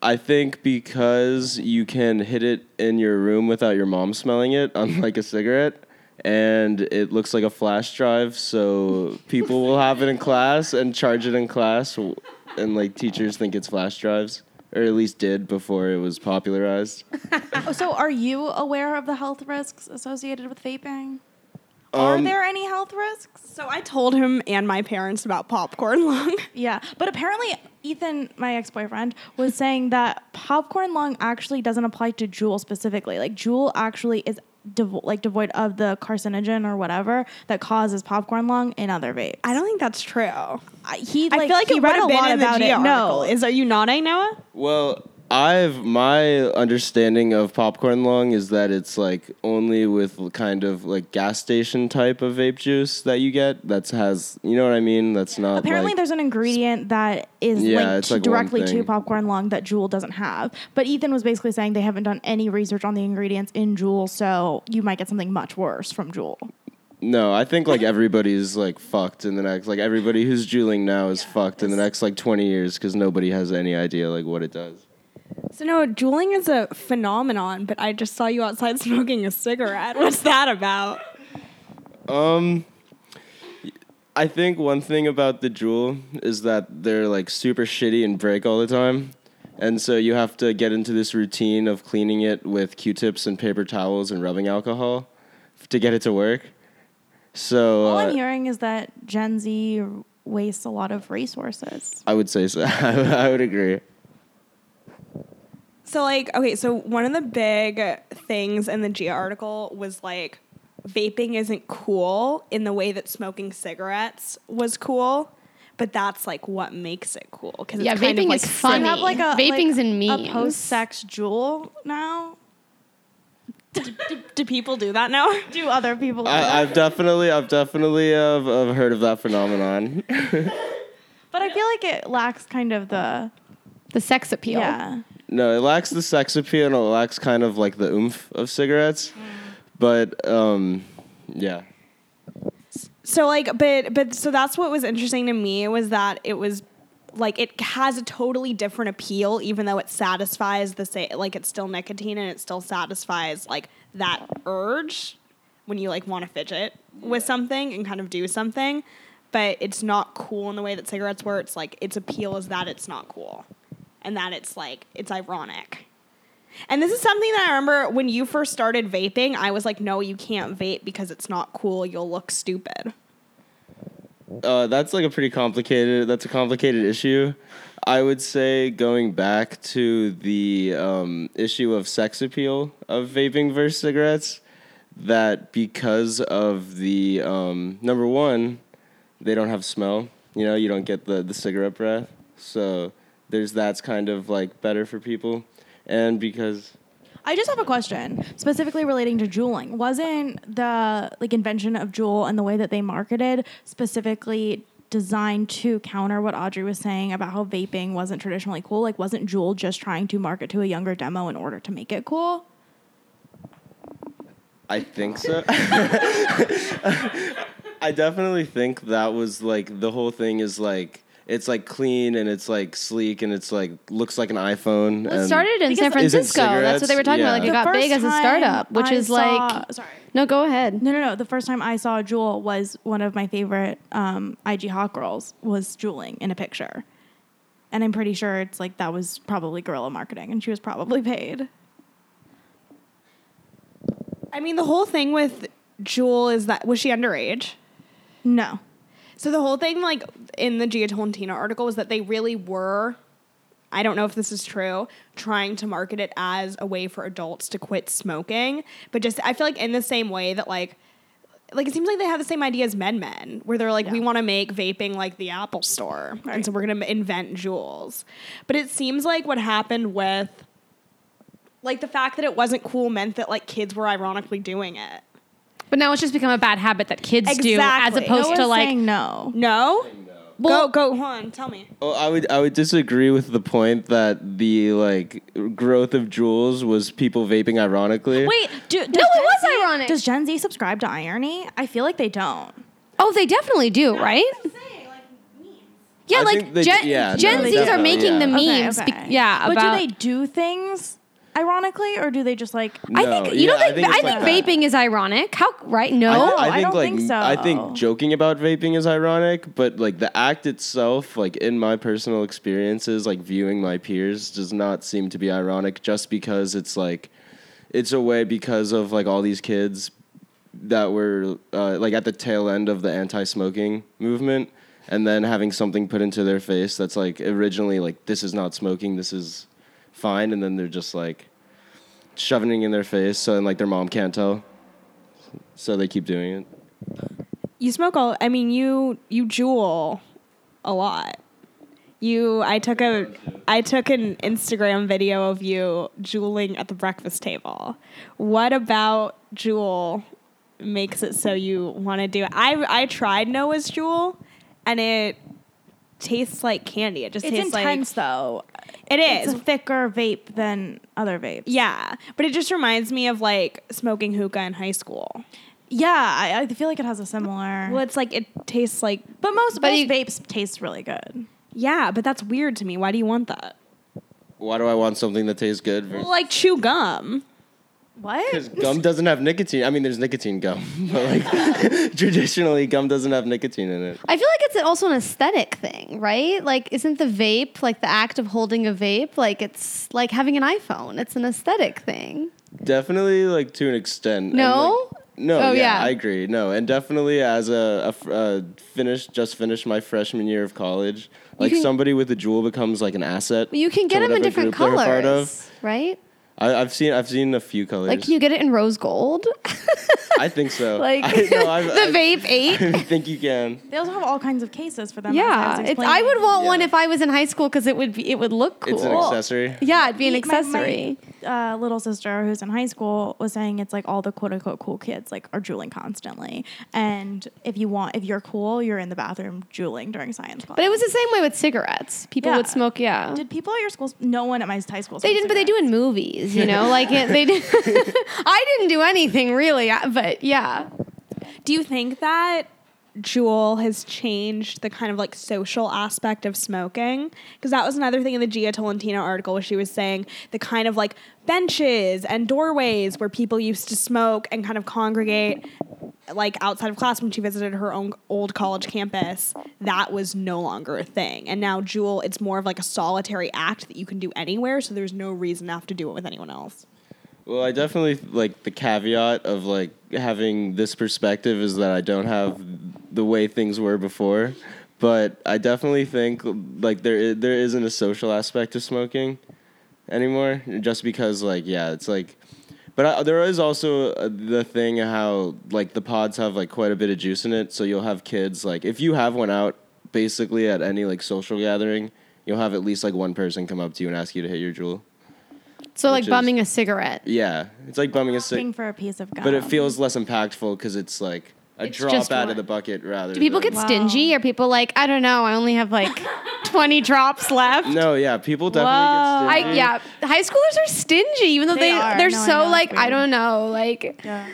[SPEAKER 7] I think because you can hit it in your room without your mom smelling it, unlike a cigarette, and it looks like a flash drive. So people will have it in class and charge it in class, w- and like teachers think it's flash drives, or at least did before it was popularized.
[SPEAKER 2] Oh, so are you aware of the health risks associated with vaping? are
[SPEAKER 7] Um,
[SPEAKER 2] there any health risks?
[SPEAKER 3] So I told him and my parents about popcorn lung.
[SPEAKER 2] Yeah, but apparently Ethan, my ex-boyfriend, was saying that popcorn lung actually doesn't apply to Juul specifically. Like Juul actually is devo- like devoid of the carcinogen or whatever that causes popcorn lung in other vapes.
[SPEAKER 3] I don't think that's true. I
[SPEAKER 2] I- He like,
[SPEAKER 3] feel like
[SPEAKER 2] he
[SPEAKER 3] it
[SPEAKER 2] read a
[SPEAKER 3] would have been
[SPEAKER 2] lot
[SPEAKER 3] in the
[SPEAKER 2] about
[SPEAKER 3] Gia
[SPEAKER 2] it.
[SPEAKER 3] article.
[SPEAKER 2] No,
[SPEAKER 3] Is are you nodding, Noah?
[SPEAKER 7] Well, I've my understanding of popcorn lung is that it's like only with kind of like gas station type of vape juice that you get. That has you know what I mean. That's not
[SPEAKER 2] Apparently,
[SPEAKER 7] like-
[SPEAKER 2] there's an ingredient that is
[SPEAKER 7] Yeah,
[SPEAKER 2] linked
[SPEAKER 7] it's like one
[SPEAKER 2] directly to
[SPEAKER 7] thing.
[SPEAKER 2] popcorn lung that Juul doesn't have. But Ethan was basically saying they haven't done any research on the ingredients in Juul, so you might get something much worse from Juul.
[SPEAKER 7] No, I think like everybody's like fucked in the next like everybody who's juuling now is fucked in the next like 20 years cuz nobody has any idea like what it does.
[SPEAKER 3] So no, dueling is a phenomenon, but I just saw you outside smoking a cigarette. What's that about?
[SPEAKER 7] Um I think one thing about the jewel is that they're like super shitty and break all the time. And so you have to get into this routine of cleaning it with Q-tips and paper towels and rubbing alcohol f- to get it to work. So
[SPEAKER 2] All I'm
[SPEAKER 7] uh,
[SPEAKER 2] hearing is that Gen Z wastes a lot of resources.
[SPEAKER 7] I would say so. I would agree.
[SPEAKER 3] So like, okay, so one of the big things in the Gia article was like vaping isn't cool in the way that smoking cigarettes was cool, but that's like what makes it cool because
[SPEAKER 5] Yeah,
[SPEAKER 3] it's kind of
[SPEAKER 5] vaping
[SPEAKER 3] like
[SPEAKER 5] is
[SPEAKER 2] I
[SPEAKER 5] fun.
[SPEAKER 3] silly.
[SPEAKER 2] have like a
[SPEAKER 5] Vaping's
[SPEAKER 2] like,
[SPEAKER 5] in memes.
[SPEAKER 2] a post-sex Juul now.
[SPEAKER 3] Do people do that now?
[SPEAKER 2] Do other people?
[SPEAKER 7] I, I've definitely, I've definitely uh, I've heard of that phenomenon.
[SPEAKER 2] but I feel like it lacks kind of the
[SPEAKER 5] The sex appeal.
[SPEAKER 2] yeah.
[SPEAKER 7] No, it lacks the sex appeal and it lacks kind of like the oomph of cigarettes. But um, yeah,
[SPEAKER 3] so like, but but so that's what was interesting to me was that it was like it has a totally different appeal, even though it satisfies the same. Like it's still nicotine and it still satisfies like that urge when you like want to fidget with something and kind of do something. But it's not cool in the way that cigarettes were. It's like its appeal is that it's not cool, and that it's like it's ironic. And this is something that I remember when you first started vaping, I was like, no, you can't vape because it's not cool. You'll look stupid.
[SPEAKER 7] uh, that's like a pretty complicated. That's a complicated issue. I would say going back to the um, issue of sex appeal of vaping versus cigarettes, that because of the um, number one, they don't have smell. You know, you don't get the, the cigarette breath. So there's that's kind of like better for people, and because
[SPEAKER 2] I just have a question specifically relating to juuling. Wasn't the like invention of Juul and the way that they marketed specifically designed to counter what Audrey was saying about how vaping wasn't traditionally cool? Like wasn't Juul just trying to market to a younger demo in order to make it cool?
[SPEAKER 7] I think so. I definitely think that was like the whole thing is like it's like clean and it's like sleek and it's like looks like an iPhone.
[SPEAKER 4] Well, it
[SPEAKER 7] and-
[SPEAKER 4] started in San
[SPEAKER 7] Because- Is it
[SPEAKER 4] Francisco. That's what they were talking about. Like it
[SPEAKER 7] cigarettes?
[SPEAKER 4] got
[SPEAKER 2] The
[SPEAKER 4] big as
[SPEAKER 2] first time
[SPEAKER 4] a startup, which
[SPEAKER 2] I
[SPEAKER 4] is
[SPEAKER 2] saw-
[SPEAKER 4] like
[SPEAKER 2] sorry.
[SPEAKER 4] no. Go ahead.
[SPEAKER 2] No, no, no. The first time I saw Jewel was one of my favorite um, IG hot girls was jeweling in a picture, and I'm pretty sure it's like that was probably guerrilla marketing, and she was probably paid.
[SPEAKER 3] I mean, the whole thing with Jewel is that was she underage?
[SPEAKER 2] No,
[SPEAKER 3] So the whole thing, like in the Gia Tolentino article, was that they really were I don't know if this is true, trying to market it as a way for adults to quit smoking. But just, I feel like in the same way that, like, like it seems like they have the same idea as Men Men, where they're like, we want to make vaping like the Apple Store, and so we're gonna invent jewels. But it seems like what happened with, like the fact that it wasn't cool meant that like kids were ironically doing it.
[SPEAKER 5] But now it's just become a bad habit that kids do, as
[SPEAKER 3] Exactly.
[SPEAKER 2] No
[SPEAKER 5] opposed
[SPEAKER 2] one's
[SPEAKER 5] to like
[SPEAKER 2] saying no.
[SPEAKER 3] No,
[SPEAKER 5] Well-
[SPEAKER 3] go go on, tell me.
[SPEAKER 7] Oh, I would I would disagree with the point that the like growth of jewels was people vaping ironically.
[SPEAKER 2] Wait, do, does
[SPEAKER 5] No, it
[SPEAKER 2] Gen
[SPEAKER 5] was
[SPEAKER 2] Z-
[SPEAKER 5] ironic.
[SPEAKER 2] Does Gen Z subscribe to irony? I feel like they don't.
[SPEAKER 5] Oh, they definitely do, right? Yeah,
[SPEAKER 7] I
[SPEAKER 5] like
[SPEAKER 7] think they-
[SPEAKER 5] Gen,
[SPEAKER 7] yeah,
[SPEAKER 5] Gen
[SPEAKER 7] no,
[SPEAKER 5] Zs are
[SPEAKER 7] definitely,
[SPEAKER 5] making
[SPEAKER 7] yeah.
[SPEAKER 5] the
[SPEAKER 2] Okay,
[SPEAKER 5] memes.
[SPEAKER 2] okay.
[SPEAKER 5] be- yeah,
[SPEAKER 2] but
[SPEAKER 5] about.
[SPEAKER 2] do they do things ironically, or do they just like?
[SPEAKER 5] I
[SPEAKER 7] No,
[SPEAKER 5] think you know.
[SPEAKER 7] yeah,
[SPEAKER 5] Like, I think,
[SPEAKER 7] it's like that.
[SPEAKER 5] vaping is ironic. How right? No,
[SPEAKER 2] Oh, I don't
[SPEAKER 7] like
[SPEAKER 2] think so.
[SPEAKER 7] I think joking about vaping is ironic, but like the act itself, like in my personal experiences, like viewing my peers does not seem to be ironic just because it's like it's a way because of like all these kids that were uh, like at the tail end of the anti-smoking movement and then having something put into their face that's like originally like this is not smoking, this is fine and then they're just like shoving it in their face so then like their mom can't tell. So they keep doing it.
[SPEAKER 3] You smoke all. I mean, you you jewel a lot. You, I took a, I took an Instagram video of you jeweling at the breakfast table. What about jewel makes it so you want to do it? I I tried Noah's jewel, and it tastes like candy. It just
[SPEAKER 2] it's
[SPEAKER 3] tastes
[SPEAKER 2] intense though.
[SPEAKER 3] like it
[SPEAKER 2] It's
[SPEAKER 3] is.
[SPEAKER 2] a thicker vape than other vapes.
[SPEAKER 3] yeah, but it just reminds me of like smoking hookah in high school.
[SPEAKER 2] yeah. I, I feel like it has a similar.
[SPEAKER 3] Well, it's like it tastes like
[SPEAKER 2] but most,
[SPEAKER 5] But
[SPEAKER 2] most
[SPEAKER 5] you-
[SPEAKER 2] vapes taste really good.
[SPEAKER 3] yeah, but that's weird to me. Why do you want that?
[SPEAKER 7] Why do I want something that tastes good?
[SPEAKER 3] Well, like chew gum.
[SPEAKER 2] What?
[SPEAKER 7] Because gum doesn't have nicotine. I mean, there's nicotine gum, but like traditionally, gum doesn't have nicotine in it.
[SPEAKER 4] I feel like it's also an aesthetic thing, right? Like, isn't the vape like the act of holding a vape? Like, it's like having an iPhone. It's an aesthetic thing.
[SPEAKER 7] Definitely, like to an extent. and,
[SPEAKER 4] No?
[SPEAKER 7] like- no.
[SPEAKER 4] Oh,
[SPEAKER 7] yeah,
[SPEAKER 4] yeah.
[SPEAKER 7] I agree. No, and definitely as a, a fr- uh, finished, just finished my freshman year of college. Like
[SPEAKER 4] can-
[SPEAKER 7] somebody with a jewel becomes like an asset.
[SPEAKER 4] You can
[SPEAKER 7] to
[SPEAKER 4] get them in
[SPEAKER 7] whatever
[SPEAKER 4] different
[SPEAKER 7] group they're a part of.
[SPEAKER 4] colors, right?
[SPEAKER 7] I, I've seen. I've seen a few colors.
[SPEAKER 4] Like, can you get it in rose gold?
[SPEAKER 7] I think so.
[SPEAKER 4] like
[SPEAKER 7] I, no, I,
[SPEAKER 4] the
[SPEAKER 7] I,
[SPEAKER 4] vape eight.
[SPEAKER 7] I think you can.
[SPEAKER 2] They also have all kinds of cases for them. as I was
[SPEAKER 4] Yeah, it's, I
[SPEAKER 2] explaining.
[SPEAKER 4] would want one
[SPEAKER 7] Yeah.
[SPEAKER 4] if I was in high school because it would be it would look cool.
[SPEAKER 7] It's an accessory.
[SPEAKER 4] Yeah, it'd be an
[SPEAKER 2] My- my-
[SPEAKER 4] accessory.
[SPEAKER 2] My, uh, little sister, who's in high school, was saying it's like all the quote unquote cool kids like are jeweling constantly, and if you want, if you're cool, you're in the bathroom jeweling during science class.
[SPEAKER 4] but it was the same way with cigarettes. People
[SPEAKER 2] Yeah.
[SPEAKER 4] would smoke. Yeah,
[SPEAKER 2] Did people at your school? No one at my high school.
[SPEAKER 4] they didn't, but they do in movies. You know, like it, they. Did, I didn't do anything really, I- but yeah.
[SPEAKER 3] Do you think that Jewel has changed the kind of like social aspect of smoking? Because that was another thing in the Gia Tolentino article where she was saying the kind of like benches and doorways where people used to smoke and kind of congregate like outside of class when she visited her own old college campus that was no longer a thing and now jewel it's more of like a solitary act that you can do anywhere so there's no reason to have to do it with anyone else
[SPEAKER 7] Well, I definitely like the caveat of like having this perspective is that I don't have the way things were before, but I definitely think like there i- there isn't a social aspect of smoking anymore just because like yeah, it's like but I, there is also uh, the thing how like the pods have like quite a bit of juice in it, so you'll have kids like if you have one out basically at any like social gathering, you'll have at least like one person come up to you and ask you to hit your jewel.
[SPEAKER 4] So
[SPEAKER 7] like,
[SPEAKER 4] like
[SPEAKER 7] Which is- bumming
[SPEAKER 4] bumming a cigarette.
[SPEAKER 7] Yeah, it's like bumming a cig-
[SPEAKER 2] Asking for a piece of gum.
[SPEAKER 7] but it feels less impactful because it's like a
[SPEAKER 4] It's
[SPEAKER 7] drop
[SPEAKER 4] just
[SPEAKER 7] out
[SPEAKER 4] one.
[SPEAKER 7] of the bucket rather.
[SPEAKER 4] Do people
[SPEAKER 7] than-
[SPEAKER 4] get stingy? Are people like I don't know? I only have like twenty drops left.
[SPEAKER 7] No, yeah, people definitely get stingy.
[SPEAKER 4] I yeah, high schoolers are stingy, even though
[SPEAKER 2] They
[SPEAKER 4] they,
[SPEAKER 2] are.
[SPEAKER 4] they are
[SPEAKER 2] No, I know,
[SPEAKER 4] so
[SPEAKER 2] it's
[SPEAKER 4] like I
[SPEAKER 2] weird.
[SPEAKER 4] don't know, like
[SPEAKER 2] Yeah.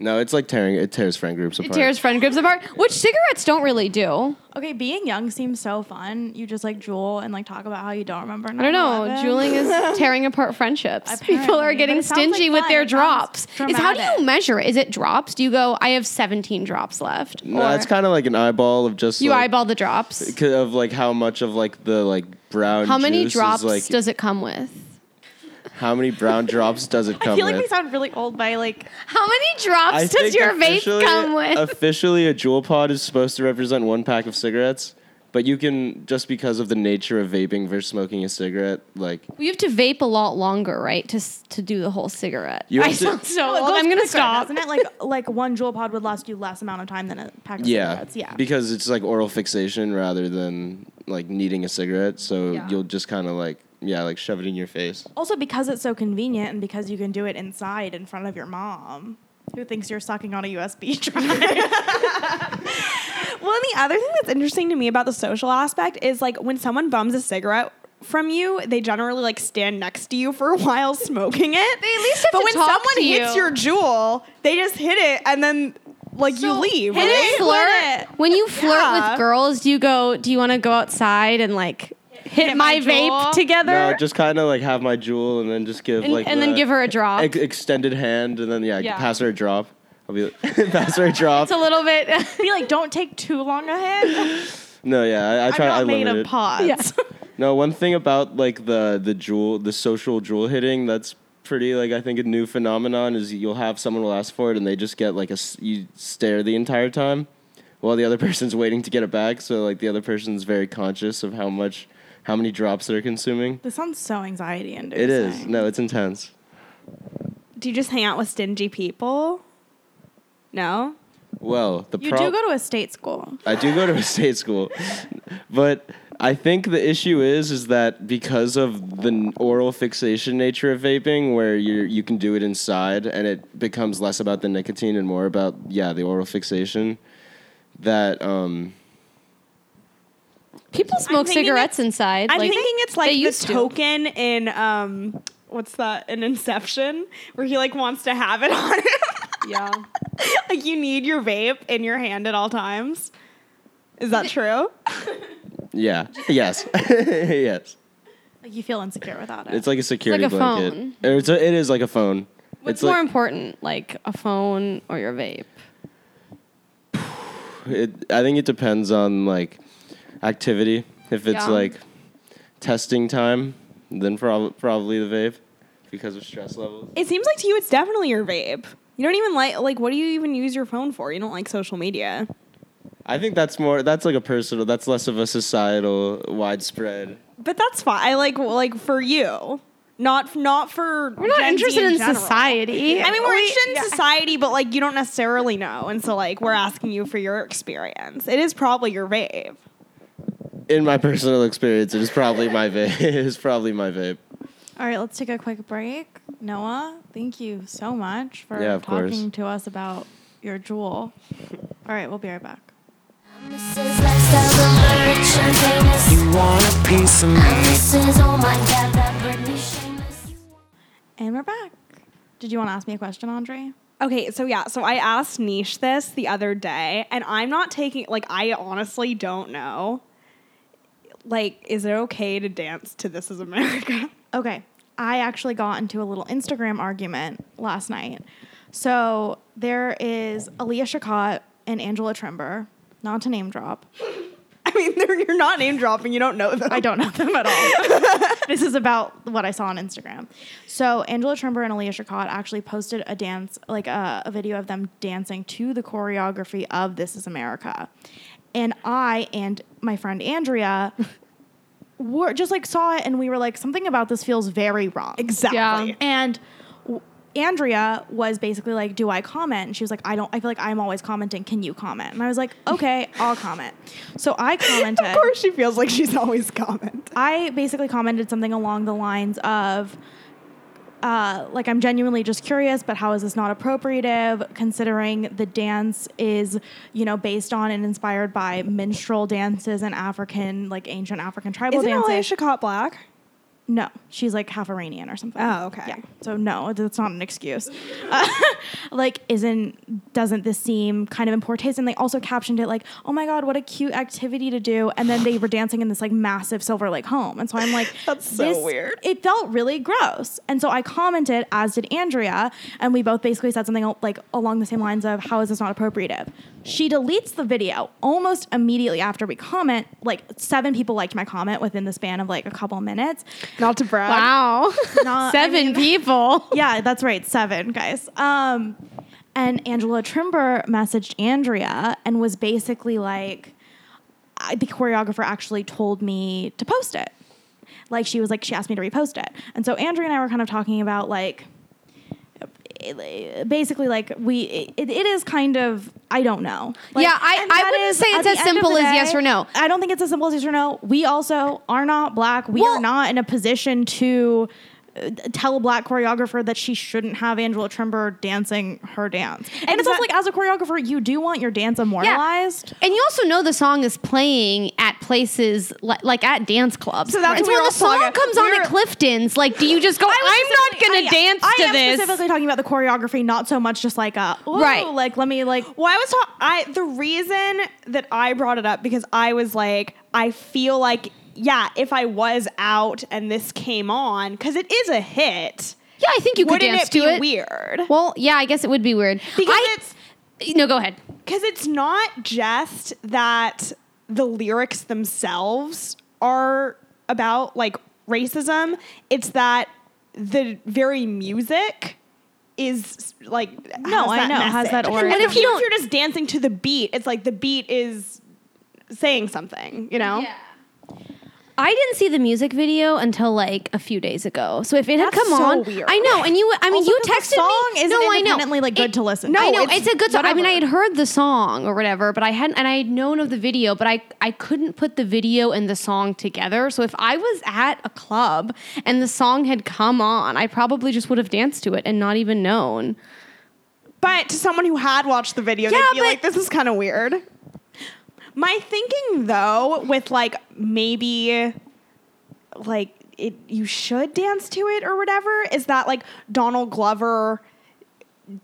[SPEAKER 7] No, it's like tearing. It tears friend groups apart.
[SPEAKER 4] it tears friend groups apart, which cigarettes don't really do.
[SPEAKER 2] Okay, being young seems so fun. You just like jewel and like talk about how you don't remember.
[SPEAKER 4] I don't know. Juuling is tearing apart friendships. People are
[SPEAKER 2] Apparently,
[SPEAKER 4] getting
[SPEAKER 2] but it sounds like
[SPEAKER 4] stingy with
[SPEAKER 2] fun.
[SPEAKER 4] their
[SPEAKER 2] It sounds
[SPEAKER 4] drops. Is how do
[SPEAKER 2] dramatic.
[SPEAKER 4] you measure? it? Is it drops? Do you go? I have seventeen drops left.
[SPEAKER 7] No, it's kind of like an eyeball of just
[SPEAKER 4] you
[SPEAKER 7] like,
[SPEAKER 4] eyeball the drops.
[SPEAKER 7] c- of like how much of like the like brown.
[SPEAKER 4] How many
[SPEAKER 7] juice is,
[SPEAKER 4] drops
[SPEAKER 7] like,
[SPEAKER 4] does it come with?
[SPEAKER 7] How many brown drops does it come
[SPEAKER 2] I feel like
[SPEAKER 7] with?
[SPEAKER 2] we sound really old by like
[SPEAKER 4] How many drops
[SPEAKER 7] I
[SPEAKER 4] does
[SPEAKER 7] think
[SPEAKER 4] your vape
[SPEAKER 7] officially-
[SPEAKER 4] come with?
[SPEAKER 7] Officially, a jewel pod is supposed to represent one pack of cigarettes, But you can just because of the nature of vaping versus smoking a cigarette, like
[SPEAKER 4] We have to vape a lot longer, right? To s- to do the whole cigarette.
[SPEAKER 7] you
[SPEAKER 5] I
[SPEAKER 7] have to,
[SPEAKER 5] sound so
[SPEAKER 2] Well, it
[SPEAKER 5] old.
[SPEAKER 2] goes
[SPEAKER 5] I'm going
[SPEAKER 2] quicker,
[SPEAKER 5] to stop.
[SPEAKER 2] Doesn't it? Like like one jewel pod would last you less amount of time than a pack of
[SPEAKER 7] yeah,
[SPEAKER 2] cigarettes. Yeah.
[SPEAKER 7] because it's like oral fixation rather than like needing a cigarette. So you'll just kind of like yeah, like shove it in your face.
[SPEAKER 2] also because it's so convenient and because you can do it inside in front of your mom. Who thinks you're sucking on a USB drive?
[SPEAKER 3] Well, and the other thing that's interesting to me about the social aspect is like when someone bums a cigarette from you, they generally like stand next to you for a while smoking it. They
[SPEAKER 5] at least have
[SPEAKER 3] but
[SPEAKER 5] to
[SPEAKER 3] when
[SPEAKER 5] talk
[SPEAKER 3] someone
[SPEAKER 5] to
[SPEAKER 3] hits
[SPEAKER 5] you.
[SPEAKER 3] your jewel, they just hit it and then like you leave.
[SPEAKER 4] When
[SPEAKER 3] right?
[SPEAKER 4] you flirt, when you flirt
[SPEAKER 3] Yeah.
[SPEAKER 4] with girls, do you go? Do you want to go outside and like hit, my,
[SPEAKER 5] my jaw?
[SPEAKER 4] vape together?
[SPEAKER 7] No, just kind of like have my jewel and then just give
[SPEAKER 4] and
[SPEAKER 7] like
[SPEAKER 4] and then
[SPEAKER 7] the
[SPEAKER 4] give her a drop.
[SPEAKER 7] ex- extended hand and then yeah,
[SPEAKER 5] Yeah.
[SPEAKER 7] pass her a drop. I'll be pass her a drop.
[SPEAKER 4] it's a little bit.
[SPEAKER 2] Be like, don't take too long a hit.
[SPEAKER 7] no, yeah, I, I
[SPEAKER 2] I'm
[SPEAKER 7] try.
[SPEAKER 2] not
[SPEAKER 7] I
[SPEAKER 2] made
[SPEAKER 7] limit
[SPEAKER 2] of
[SPEAKER 7] it.
[SPEAKER 2] pods.
[SPEAKER 7] No, one thing about like the the jewel, the social jewel hitting that's pretty like I think a new phenomenon is you'll have someone will ask for it and they just get like a s- you stare the entire time while the other person's waiting to get it back. So like the other person's very conscious of how much how many drops they're consuming.
[SPEAKER 2] This sounds so anxiety inducing.
[SPEAKER 7] It is no, it's intense.
[SPEAKER 3] Do you just hang out with stingy people? No.
[SPEAKER 7] Well, the
[SPEAKER 2] You
[SPEAKER 7] prob-
[SPEAKER 2] do go to a state school.
[SPEAKER 7] I do go to a state school, but I think the issue is is that because of the n- oral fixation nature of vaping, where you you can do it inside and it becomes less about the nicotine and more about yeah the oral fixation. That um
[SPEAKER 4] People smoke
[SPEAKER 3] thinking
[SPEAKER 4] cigarettes inside.
[SPEAKER 3] I'm
[SPEAKER 4] like,
[SPEAKER 3] thinking it's
[SPEAKER 4] they
[SPEAKER 3] like the
[SPEAKER 4] used to.
[SPEAKER 3] token in um what's that in Inception where he like wants to have it on him.
[SPEAKER 5] Yeah.
[SPEAKER 3] like you need your vape in your hand at all times. Is that true?
[SPEAKER 7] yeah yes yes
[SPEAKER 2] Like you feel insecure without it.
[SPEAKER 7] it's like a security
[SPEAKER 4] a
[SPEAKER 7] blanket.
[SPEAKER 4] phone.
[SPEAKER 7] Or It's a, it is like a phone.
[SPEAKER 4] What's
[SPEAKER 7] it's like-
[SPEAKER 4] more important, like a phone or your vape?
[SPEAKER 7] It, I think it depends on like activity. If it's
[SPEAKER 4] Yeah.
[SPEAKER 7] like testing time, then prob- probably the vape because of stress levels.
[SPEAKER 3] It seems like to you it's definitely your vape. You don't even like like what do you even use your phone for? You don't like social media.
[SPEAKER 7] I think that's more. That's like a personal. That's less of a societal widespread.
[SPEAKER 3] But that's fine. I like like for you. Not not for
[SPEAKER 4] We're not interested in, society.
[SPEAKER 3] I mean, we're interested in society, but like you don't necessarily know, and so like we're asking you for your experience. It is probably your rave.
[SPEAKER 7] In my personal experience, it is probably my vape. it is probably my vape.
[SPEAKER 2] All right, let's take a quick break. Noah, thank you so much for
[SPEAKER 7] Yeah, of course.
[SPEAKER 2] talking to us about your jewel. All right, we'll be right back.
[SPEAKER 1] This is lifestyle, the rich and famous.
[SPEAKER 6] You want a piece of me?
[SPEAKER 1] This is oh my god, that Britney shameless.
[SPEAKER 2] And we're back. Did you want to ask me a question, Andre?
[SPEAKER 3] Okay, so yeah, so I asked Niche this the other day, and I'm not taking like I honestly don't know. Like, is it okay to dance to "This Is America"?
[SPEAKER 2] Okay. I actually got into a little Instagram argument last night. So there is Aaliyah Shakot and Angela Trimber, not to name drop.
[SPEAKER 3] I mean, they're- you're not name dropping. You don't know them.
[SPEAKER 2] I don't know them at all. this is about what I saw on Instagram. So Angela Trimber and Aaliyah Shakot actually posted a dance, like uh, a, a video of them dancing to the choreography of This Is America. And I and my friend Andrea were just like saw it and we were like, something about this feels very wrong.
[SPEAKER 3] exactly.
[SPEAKER 5] Yeah.
[SPEAKER 2] And w- Andrea was basically like, "Do I comment?" And she was like, "I don't. I feel like I'm always commenting. Can you comment?" And I was like, "Okay, I'll comment." So I commented.
[SPEAKER 3] Of course, she feels like she's always comment.
[SPEAKER 2] I basically commented something along the lines of, uh, like, I'm genuinely just curious, but how is this not appropriative considering the dance is, you know, based on and inspired by minstrel dances and African, like ancient African tribal
[SPEAKER 3] Isn't
[SPEAKER 2] dances?
[SPEAKER 3] Aaliyah Shakot black?
[SPEAKER 2] No, she's like half Iranian or something.
[SPEAKER 3] Oh, okay.
[SPEAKER 2] Yeah. So no, that's not an excuse. Uh, like, isn't doesn't this seem kind of in poor taste? And they also captioned it like, "Oh my God, what a cute activity to do!" And then they were dancing in this like massive Silver Lake home, and so I'm like,
[SPEAKER 3] That's so
[SPEAKER 2] this-
[SPEAKER 3] weird.
[SPEAKER 2] It felt really gross, and so I commented, as did Andrea, and we both basically said something al- like along the same lines of, "How is this not appropriative?" She deletes the video almost immediately after we comment. Like seven people liked my comment within the span of like a couple minutes.
[SPEAKER 3] Not to brag.
[SPEAKER 4] wow,
[SPEAKER 2] Not- I
[SPEAKER 4] seven people.
[SPEAKER 2] Yeah, that's right. Seven guys. Um, and Angela Trimber messaged Andrea and was basically like, I, the choreographer actually told me to post it. Like she was like she asked me to repost it, and so Andrea and I were kind of talking about like it- basically like we it, it is kind of I don't know. Like,
[SPEAKER 4] Yeah, I-
[SPEAKER 2] and
[SPEAKER 4] I
[SPEAKER 2] that
[SPEAKER 4] wouldn't say
[SPEAKER 2] at
[SPEAKER 4] it's
[SPEAKER 2] the
[SPEAKER 4] as
[SPEAKER 2] end of
[SPEAKER 4] simple
[SPEAKER 2] the
[SPEAKER 4] as yes or no.
[SPEAKER 2] I don't think it's as simple as yes or no. We also are not black. We
[SPEAKER 4] Well-
[SPEAKER 2] are not in a position to uh, tell a black choreographer that she shouldn't have Angela Trimber dancing her dance. And, it's also like as a choreographer, you do want your dance immortalized.
[SPEAKER 4] And you also know the song is playing at places like, like at dance clubs.
[SPEAKER 3] So that's
[SPEAKER 4] and
[SPEAKER 3] what we
[SPEAKER 4] when
[SPEAKER 3] were
[SPEAKER 4] the song
[SPEAKER 3] talking-
[SPEAKER 4] comes
[SPEAKER 3] we
[SPEAKER 4] on
[SPEAKER 3] were-
[SPEAKER 4] at Clifton's, like, do you just go? I'm not
[SPEAKER 2] specifically-
[SPEAKER 4] gonna
[SPEAKER 2] I-
[SPEAKER 4] dance
[SPEAKER 2] I
[SPEAKER 4] to
[SPEAKER 2] am
[SPEAKER 4] this.
[SPEAKER 2] specifically talking about the choreography, not so much just like a ooh,
[SPEAKER 4] Right.
[SPEAKER 2] Like let me like
[SPEAKER 3] Well, I was talk- I the reason that I brought it up because I was like, I feel like yeah, if I was out and this came on, because it is a hit.
[SPEAKER 4] yeah, I think you could
[SPEAKER 3] wouldn't
[SPEAKER 4] dance
[SPEAKER 3] it be
[SPEAKER 4] to it.
[SPEAKER 3] weird?
[SPEAKER 4] Well, yeah, I guess it would be weird
[SPEAKER 3] Because
[SPEAKER 4] I-
[SPEAKER 3] it's
[SPEAKER 4] no. Go ahead.
[SPEAKER 3] because it's not just that the lyrics themselves are about like racism it's that the very music is like
[SPEAKER 2] No,
[SPEAKER 3] has
[SPEAKER 2] I
[SPEAKER 3] that
[SPEAKER 2] know, has
[SPEAKER 3] message.
[SPEAKER 2] that origin.
[SPEAKER 3] and
[SPEAKER 4] And
[SPEAKER 3] if
[SPEAKER 4] if
[SPEAKER 3] you
[SPEAKER 4] you
[SPEAKER 3] if you're just dancing to the beat it's like the beat is saying something you know
[SPEAKER 4] I didn't see the music video until like a few days ago. So if it had
[SPEAKER 3] That's
[SPEAKER 4] come
[SPEAKER 3] so
[SPEAKER 4] on,
[SPEAKER 3] weird.
[SPEAKER 4] I know. And you, I mean,
[SPEAKER 2] Also
[SPEAKER 4] you
[SPEAKER 2] 'cause
[SPEAKER 4] texted
[SPEAKER 2] the song
[SPEAKER 4] me.
[SPEAKER 2] Isn't
[SPEAKER 4] no, I know.
[SPEAKER 2] independently, like good to listen.
[SPEAKER 4] No,
[SPEAKER 2] to.
[SPEAKER 4] I know
[SPEAKER 3] it's-
[SPEAKER 4] it's, a good song. I mean, I
[SPEAKER 3] whatever.
[SPEAKER 4] had heard the song or whatever, but I hadn't, and I had known of the video, but I, I couldn't put the video and the song together. So if I was at a club and the song had come on, I probably just would have danced to it and not even known.
[SPEAKER 3] But to someone who had watched the video,
[SPEAKER 4] Yeah,
[SPEAKER 3] they'd be
[SPEAKER 4] but-
[SPEAKER 3] like, this is kind of weird. My thinking though, with like maybe like it you should dance to it or whatever, is that like Donald Glover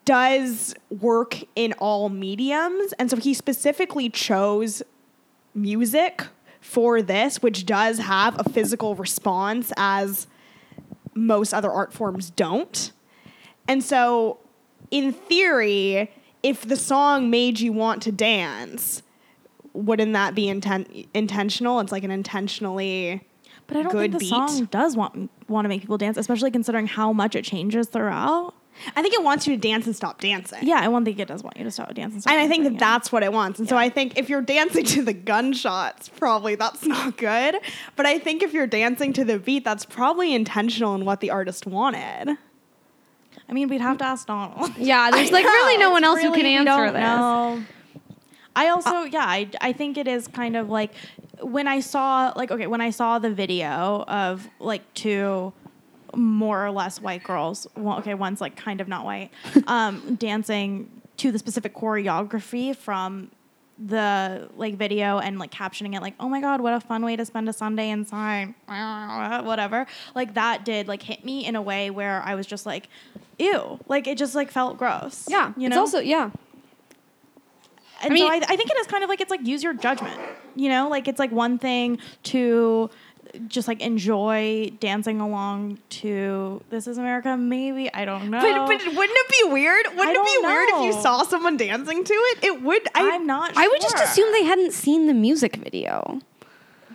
[SPEAKER 3] does work in all mediums. And so he specifically chose music for this, which does have a physical response as most other art forms don't. And so, in theory, if the song made you want to dance, wouldn't that be inten- intentional? It's like an intentionally.
[SPEAKER 2] But I don't
[SPEAKER 3] good
[SPEAKER 2] think the
[SPEAKER 3] beat.
[SPEAKER 2] song does want want to make people dance, especially considering how much it changes throughout.
[SPEAKER 3] I think it wants you to dance and stop dancing.
[SPEAKER 2] Yeah, I don't think it does want you to stop dancing.
[SPEAKER 3] And I think that that's what it wants. And so I think if you're dancing to the gunshots, probably that's not good. But I think if you're dancing to the beat, that's probably intentional in what the artist wanted.
[SPEAKER 2] I mean, we'd have to ask Donald.
[SPEAKER 4] Yeah, there's like really no one else who can answer this.
[SPEAKER 2] I also, yeah, I, I think it is kind of like when I saw, like, okay, when I saw the video of like two more or less white girls, well, okay, one's like kind of not white, um, dancing to the specific choreography from the like video and like captioning it like oh my god what a fun way to spend a sunday inside whatever like that did like hit me in a way where i was just like ew like it just like felt gross
[SPEAKER 4] Yeah.
[SPEAKER 2] you
[SPEAKER 4] It's
[SPEAKER 2] know
[SPEAKER 4] also, yeah.
[SPEAKER 2] and
[SPEAKER 4] I mean-
[SPEAKER 2] so I, I think it is kind of like it's like use your judgment, you know, like it's like one thing to just like enjoy dancing along to "This Is America." Maybe I don't know.
[SPEAKER 3] But, but wouldn't it be weird? Wouldn't it be
[SPEAKER 2] don't
[SPEAKER 3] weird if you
[SPEAKER 2] know.
[SPEAKER 3] saw someone dancing to it? It would. I,
[SPEAKER 2] I'm not.
[SPEAKER 4] I would just
[SPEAKER 2] sure.
[SPEAKER 4] assume they hadn't seen the music video.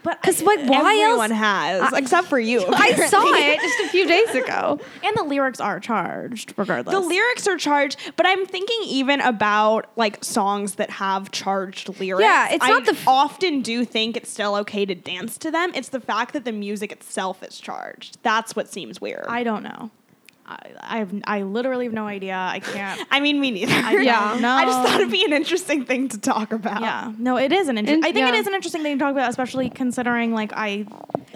[SPEAKER 2] But
[SPEAKER 4] Because, like, why
[SPEAKER 3] Everyone
[SPEAKER 4] else?
[SPEAKER 3] has,
[SPEAKER 4] I-
[SPEAKER 3] except for you.
[SPEAKER 4] I saw it just a few days ago.
[SPEAKER 2] and the lyrics are charged regardless.
[SPEAKER 3] The lyrics are charged, but I'm thinking even about like songs that have charged lyrics.
[SPEAKER 4] Yeah, it's
[SPEAKER 3] I
[SPEAKER 4] not the f-
[SPEAKER 3] often do think it's still okay to dance to them. It's the fact that the music itself is charged. That's what seems weird. I,
[SPEAKER 2] I don't know. I I, have, I literally have no idea. I can't.
[SPEAKER 3] mean, me neither.
[SPEAKER 2] I don't know.
[SPEAKER 3] I just thought it'd be an interesting thing to talk about.
[SPEAKER 2] Yeah. No, it is an interesting.
[SPEAKER 4] And-
[SPEAKER 2] I think it
[SPEAKER 4] yeah.
[SPEAKER 2] is an interesting thing to talk about, especially considering like I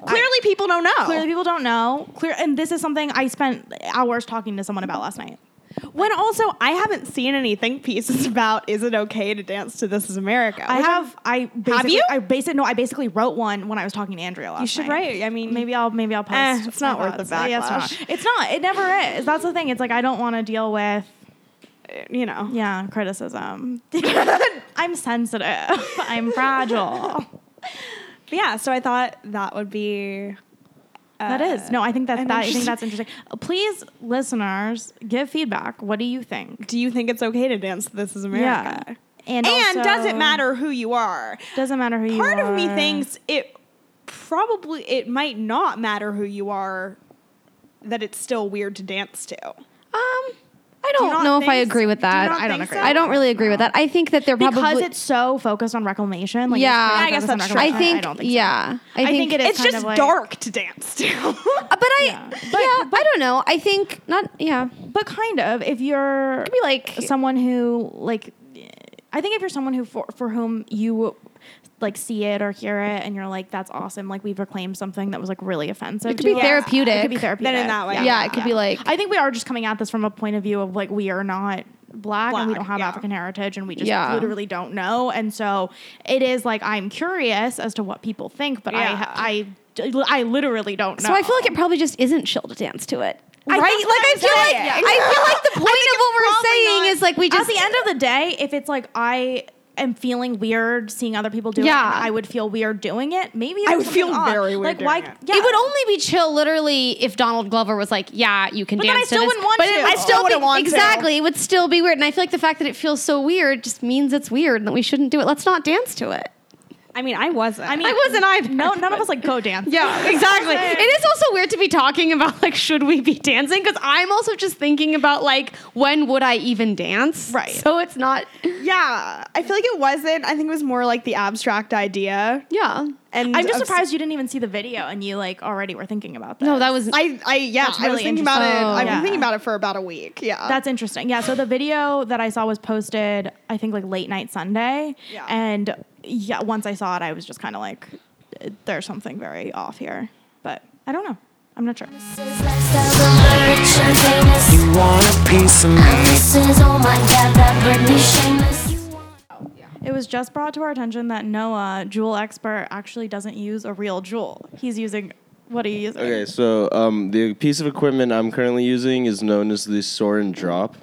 [SPEAKER 3] Clearly, people don't
[SPEAKER 4] Oh.
[SPEAKER 3] know.
[SPEAKER 2] clearly people don't know. Clear, and this is something I spent hours talking to someone about last night.
[SPEAKER 3] When also, I haven't seen any think pieces about is it okay to dance to This Is America?
[SPEAKER 2] I
[SPEAKER 3] which I'm-
[SPEAKER 2] have. I basically,
[SPEAKER 3] you?
[SPEAKER 2] I basically no. I basically wrote one when I was talking to Andrea last
[SPEAKER 3] You should
[SPEAKER 2] night.
[SPEAKER 3] write. I mean,
[SPEAKER 2] Maybe I'll. Maybe I'll post.
[SPEAKER 3] Eh, it's
[SPEAKER 2] my
[SPEAKER 3] not worth the
[SPEAKER 2] thoughts. Yeah, it's not.
[SPEAKER 3] backlash.
[SPEAKER 2] It's not. It never is. That's the thing. It's like I don't want to deal with
[SPEAKER 3] you know.
[SPEAKER 2] yeah criticism. I'm sensitive. I'm fragile.
[SPEAKER 3] Yeah, so I thought that would be.
[SPEAKER 2] That is no. I think that's
[SPEAKER 3] I'm
[SPEAKER 2] that. I think
[SPEAKER 3] interested-
[SPEAKER 2] that's interesting. Please, listeners, give feedback. What do you think?
[SPEAKER 3] Do you think it's okay to dance to This Is America?
[SPEAKER 2] Yeah. And
[SPEAKER 3] And
[SPEAKER 2] also-
[SPEAKER 3] does it matter who you are?
[SPEAKER 2] Doesn't matter who you
[SPEAKER 3] Part of me
[SPEAKER 2] are.
[SPEAKER 3] thinks it probably it might not matter who you are that it's still weird to dance to.
[SPEAKER 4] Um, I
[SPEAKER 3] Do you not
[SPEAKER 4] don't know if I
[SPEAKER 3] think-
[SPEAKER 4] agree with
[SPEAKER 3] do you
[SPEAKER 4] that.
[SPEAKER 3] not
[SPEAKER 4] I don't
[SPEAKER 3] think
[SPEAKER 4] agree.
[SPEAKER 3] so?
[SPEAKER 4] I don't really agree with that. I think that they're
[SPEAKER 2] because
[SPEAKER 4] probably
[SPEAKER 2] it's so focused on reclamation. Like, it's
[SPEAKER 4] yeah.
[SPEAKER 2] pretty
[SPEAKER 3] I guess
[SPEAKER 2] focused on
[SPEAKER 3] that's true.
[SPEAKER 4] I
[SPEAKER 2] reclamation.
[SPEAKER 4] think,
[SPEAKER 2] I don't think so.
[SPEAKER 4] yeah.
[SPEAKER 2] I think it is.
[SPEAKER 3] It's
[SPEAKER 2] kind
[SPEAKER 3] just
[SPEAKER 2] of like-
[SPEAKER 3] dark to dance to.
[SPEAKER 4] Uh, But I yeah,
[SPEAKER 2] Yeah.
[SPEAKER 4] I don't know. I think not. Yeah,
[SPEAKER 2] but kind of. If you're
[SPEAKER 4] be like
[SPEAKER 2] someone who like, I think if you're someone who for for whom you like see it or hear it, and you're like, that's awesome. Like we've reclaimed something that was like really offensive. It
[SPEAKER 4] could be
[SPEAKER 2] us.
[SPEAKER 4] therapeutic.
[SPEAKER 2] It could be therapeutic.
[SPEAKER 3] Then in that way,
[SPEAKER 4] Yeah,
[SPEAKER 3] yeah.
[SPEAKER 4] it could be like
[SPEAKER 2] I think we are just coming at this from a point of view of like we are not black, and we
[SPEAKER 3] Black,
[SPEAKER 2] don't have
[SPEAKER 3] yeah.
[SPEAKER 2] African heritage and we just
[SPEAKER 4] Yeah.
[SPEAKER 2] literally don't know. And so it is like I'm curious as to what people think, but
[SPEAKER 3] Yeah.
[SPEAKER 2] I I I literally don't know.
[SPEAKER 4] So I feel like it probably just isn't chill to dance to it.
[SPEAKER 2] I-
[SPEAKER 4] right? Like
[SPEAKER 2] that's what
[SPEAKER 4] I
[SPEAKER 2] I'm
[SPEAKER 4] feel like
[SPEAKER 2] saying.
[SPEAKER 4] I feel like the point of what we're
[SPEAKER 3] probably
[SPEAKER 4] saying
[SPEAKER 3] not-
[SPEAKER 4] is like we
[SPEAKER 2] at
[SPEAKER 4] just
[SPEAKER 2] the end of the day, if it's like I am feeling weird seeing other people do
[SPEAKER 4] Yeah.
[SPEAKER 2] it, and I would feel weird doing it. Maybe
[SPEAKER 3] I
[SPEAKER 2] there's
[SPEAKER 3] would feel
[SPEAKER 2] something off.
[SPEAKER 3] very weird
[SPEAKER 2] Like
[SPEAKER 3] doing
[SPEAKER 2] why?
[SPEAKER 3] it.
[SPEAKER 2] Yeah.
[SPEAKER 4] It would only be chill, literally, if Donald Glover was like, "Yeah, you can
[SPEAKER 2] But then I
[SPEAKER 4] dance."
[SPEAKER 2] still
[SPEAKER 4] to this.
[SPEAKER 2] wouldn't want
[SPEAKER 4] but it
[SPEAKER 2] to.
[SPEAKER 4] would
[SPEAKER 2] I
[SPEAKER 3] still
[SPEAKER 4] still
[SPEAKER 3] wouldn't
[SPEAKER 4] be
[SPEAKER 3] want to.
[SPEAKER 4] exactly. It would still be weird, and I feel like the fact that it feels so weird just means it's weird, and that we shouldn't do it. Let's not dance to it.
[SPEAKER 3] I mean, I wasn't.
[SPEAKER 2] I mean,
[SPEAKER 4] I wasn't either.
[SPEAKER 2] No, none of us like go dance.
[SPEAKER 4] Yeah, exactly. it is also weird to be talking about like should we be dancing because I'm also just thinking about like when would I even dance?
[SPEAKER 2] Right.
[SPEAKER 4] So it's not.
[SPEAKER 3] yeah, I feel like it wasn't. I think it was more like the abstract idea.
[SPEAKER 4] Yeah.
[SPEAKER 3] And
[SPEAKER 2] I'm just
[SPEAKER 3] of-
[SPEAKER 2] surprised you didn't even see the video and you like already were thinking about that.
[SPEAKER 4] No, that was.
[SPEAKER 3] I, I yeah,
[SPEAKER 2] That's
[SPEAKER 3] I was
[SPEAKER 2] really
[SPEAKER 3] thinking about it.
[SPEAKER 4] interesting.
[SPEAKER 3] I've
[SPEAKER 2] Yeah.
[SPEAKER 3] been thinking about it for about a week. Yeah,
[SPEAKER 2] That's interesting. Yeah. So the video that I saw was posted, I think, like late night Sunday.
[SPEAKER 3] Yeah.
[SPEAKER 2] And yeah, once I saw it, I was just kind of like, there's something very off here. But I don't know. I'm not sure.
[SPEAKER 1] You
[SPEAKER 6] want a piece of me?
[SPEAKER 1] This is oh my god, that Britney shameless.
[SPEAKER 2] It was just brought to our attention that Noah, Jewel expert, actually doesn't use a real Jewel. He's using, what are you using?
[SPEAKER 7] Okay, so um, the piece of equipment I'm currently using is known as the Soren Drop.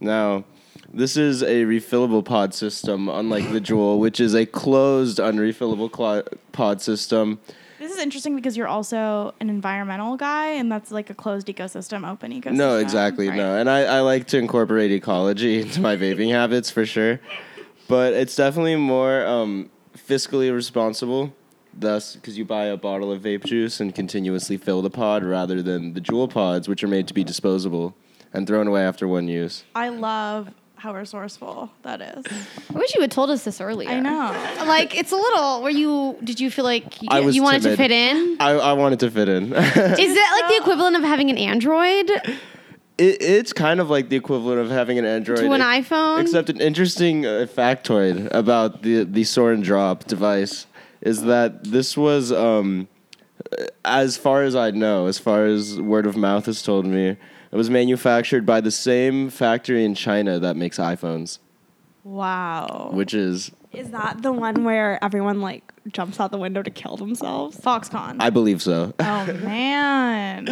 [SPEAKER 7] Now, this is a refillable pod system, unlike the Jewel, which is a closed, unrefillable clo- pod system.
[SPEAKER 2] This is interesting because you're also an environmental guy, and that's like a closed ecosystem, open ecosystem.
[SPEAKER 7] No, exactly,
[SPEAKER 2] right?
[SPEAKER 7] no. And I, I like to incorporate ecology into my vaping habits for sure. But it's definitely more um, fiscally responsible, thus, because you buy a bottle of vape juice and continuously fill the pod rather than the Jewel pods, which are made to be disposable and thrown away after one use.
[SPEAKER 2] I love how resourceful that is.
[SPEAKER 4] I wish you had told us this earlier.
[SPEAKER 2] I know.
[SPEAKER 4] Like it's a little. Were you? Did you feel like you,
[SPEAKER 7] I was
[SPEAKER 4] you wanted to
[SPEAKER 7] timid.
[SPEAKER 4] fit in?
[SPEAKER 7] I, I wanted to fit in. it,
[SPEAKER 4] Is that like the equivalent of having an Android
[SPEAKER 7] it's kind of like the equivalent of having an Android.
[SPEAKER 4] to an
[SPEAKER 7] ex-
[SPEAKER 4] iPhone?
[SPEAKER 7] Except an interesting uh, factoid about the, the Soren Drop device is that this was, um, uh, as far as I know, as far as word of mouth has told me, it was manufactured by the same factory in China that makes iPhones,
[SPEAKER 2] Wow.
[SPEAKER 7] which is,
[SPEAKER 3] is that the one where everyone like jumps out the window to kill themselves?
[SPEAKER 2] Foxconn.
[SPEAKER 7] I believe so.
[SPEAKER 2] oh man.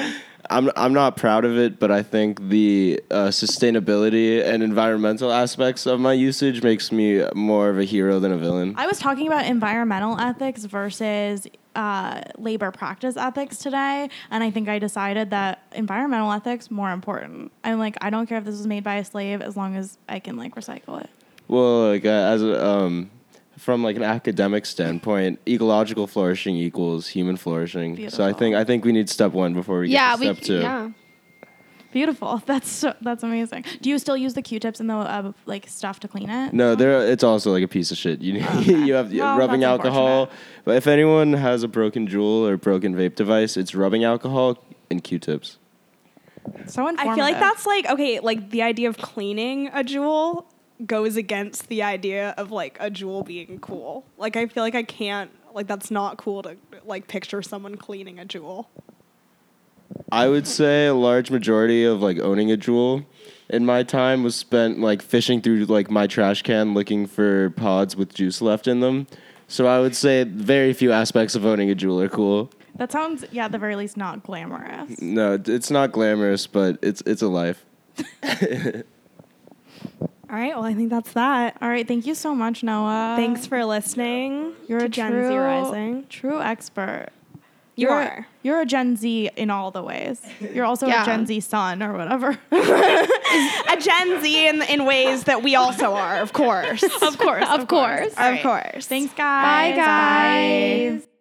[SPEAKER 7] I'm I'm not proud of it, but I think the uh, sustainability and environmental aspects of my usage makes me more of a hero than a villain.
[SPEAKER 2] I was talking about environmental ethics versus uh, labor practice ethics today, and I think I decided that environmental ethics more important. I'm like, I don't care if this was made by a slave as long as I can like recycle it.
[SPEAKER 7] Well, like uh, as a, um, from like an academic standpoint, ecological flourishing equals human flourishing. So I
[SPEAKER 2] Beautiful.
[SPEAKER 7] think I think we need step one before we
[SPEAKER 4] yeah.
[SPEAKER 7] get
[SPEAKER 4] We.
[SPEAKER 7] to step two.
[SPEAKER 4] Yeah.
[SPEAKER 2] Beautiful. That's so, that's amazing. Do you still use the Q-tips and the uh, like stuff to clean it?
[SPEAKER 7] No, there. It's also like a piece of shit. You
[SPEAKER 4] Oh,
[SPEAKER 7] you have
[SPEAKER 2] Well,
[SPEAKER 7] rubbing
[SPEAKER 2] that's
[SPEAKER 7] alcohol. But if anyone has a broken jewel or broken vape device, it's rubbing alcohol and Q-tips.
[SPEAKER 2] So informative.
[SPEAKER 3] I feel like that's like okay, like the idea of cleaning a jewel goes against the idea of like a jewel being cool. Like I feel like I can't like that's not cool to like picture someone cleaning a jewel.
[SPEAKER 7] I would say a large majority of like owning a jewel in my time was spent like fishing through like my trash can looking for pods with juice left in them. So I would say very few aspects of owning a jewel are cool.
[SPEAKER 2] that sounds yeah, at the very least not glamorous.
[SPEAKER 7] No, it- it's not glamorous, but it's it's a life.
[SPEAKER 3] All right, well I think that's that.
[SPEAKER 2] All right, thank you so much, Noah.
[SPEAKER 3] Thanks for listening.
[SPEAKER 2] You're
[SPEAKER 3] to
[SPEAKER 2] a
[SPEAKER 3] Gen
[SPEAKER 2] true,
[SPEAKER 3] Z Rising.
[SPEAKER 2] true expert.
[SPEAKER 3] You
[SPEAKER 2] You're-
[SPEAKER 3] are.
[SPEAKER 2] You're a Gen Z in all the ways. You're also
[SPEAKER 4] Yeah.
[SPEAKER 2] a Gen Z son or whatever.
[SPEAKER 3] A Gen Z in in ways that we also are, of course.
[SPEAKER 2] of course.
[SPEAKER 4] Of course.
[SPEAKER 3] of course.
[SPEAKER 2] Thanks, guys. Bye, guys.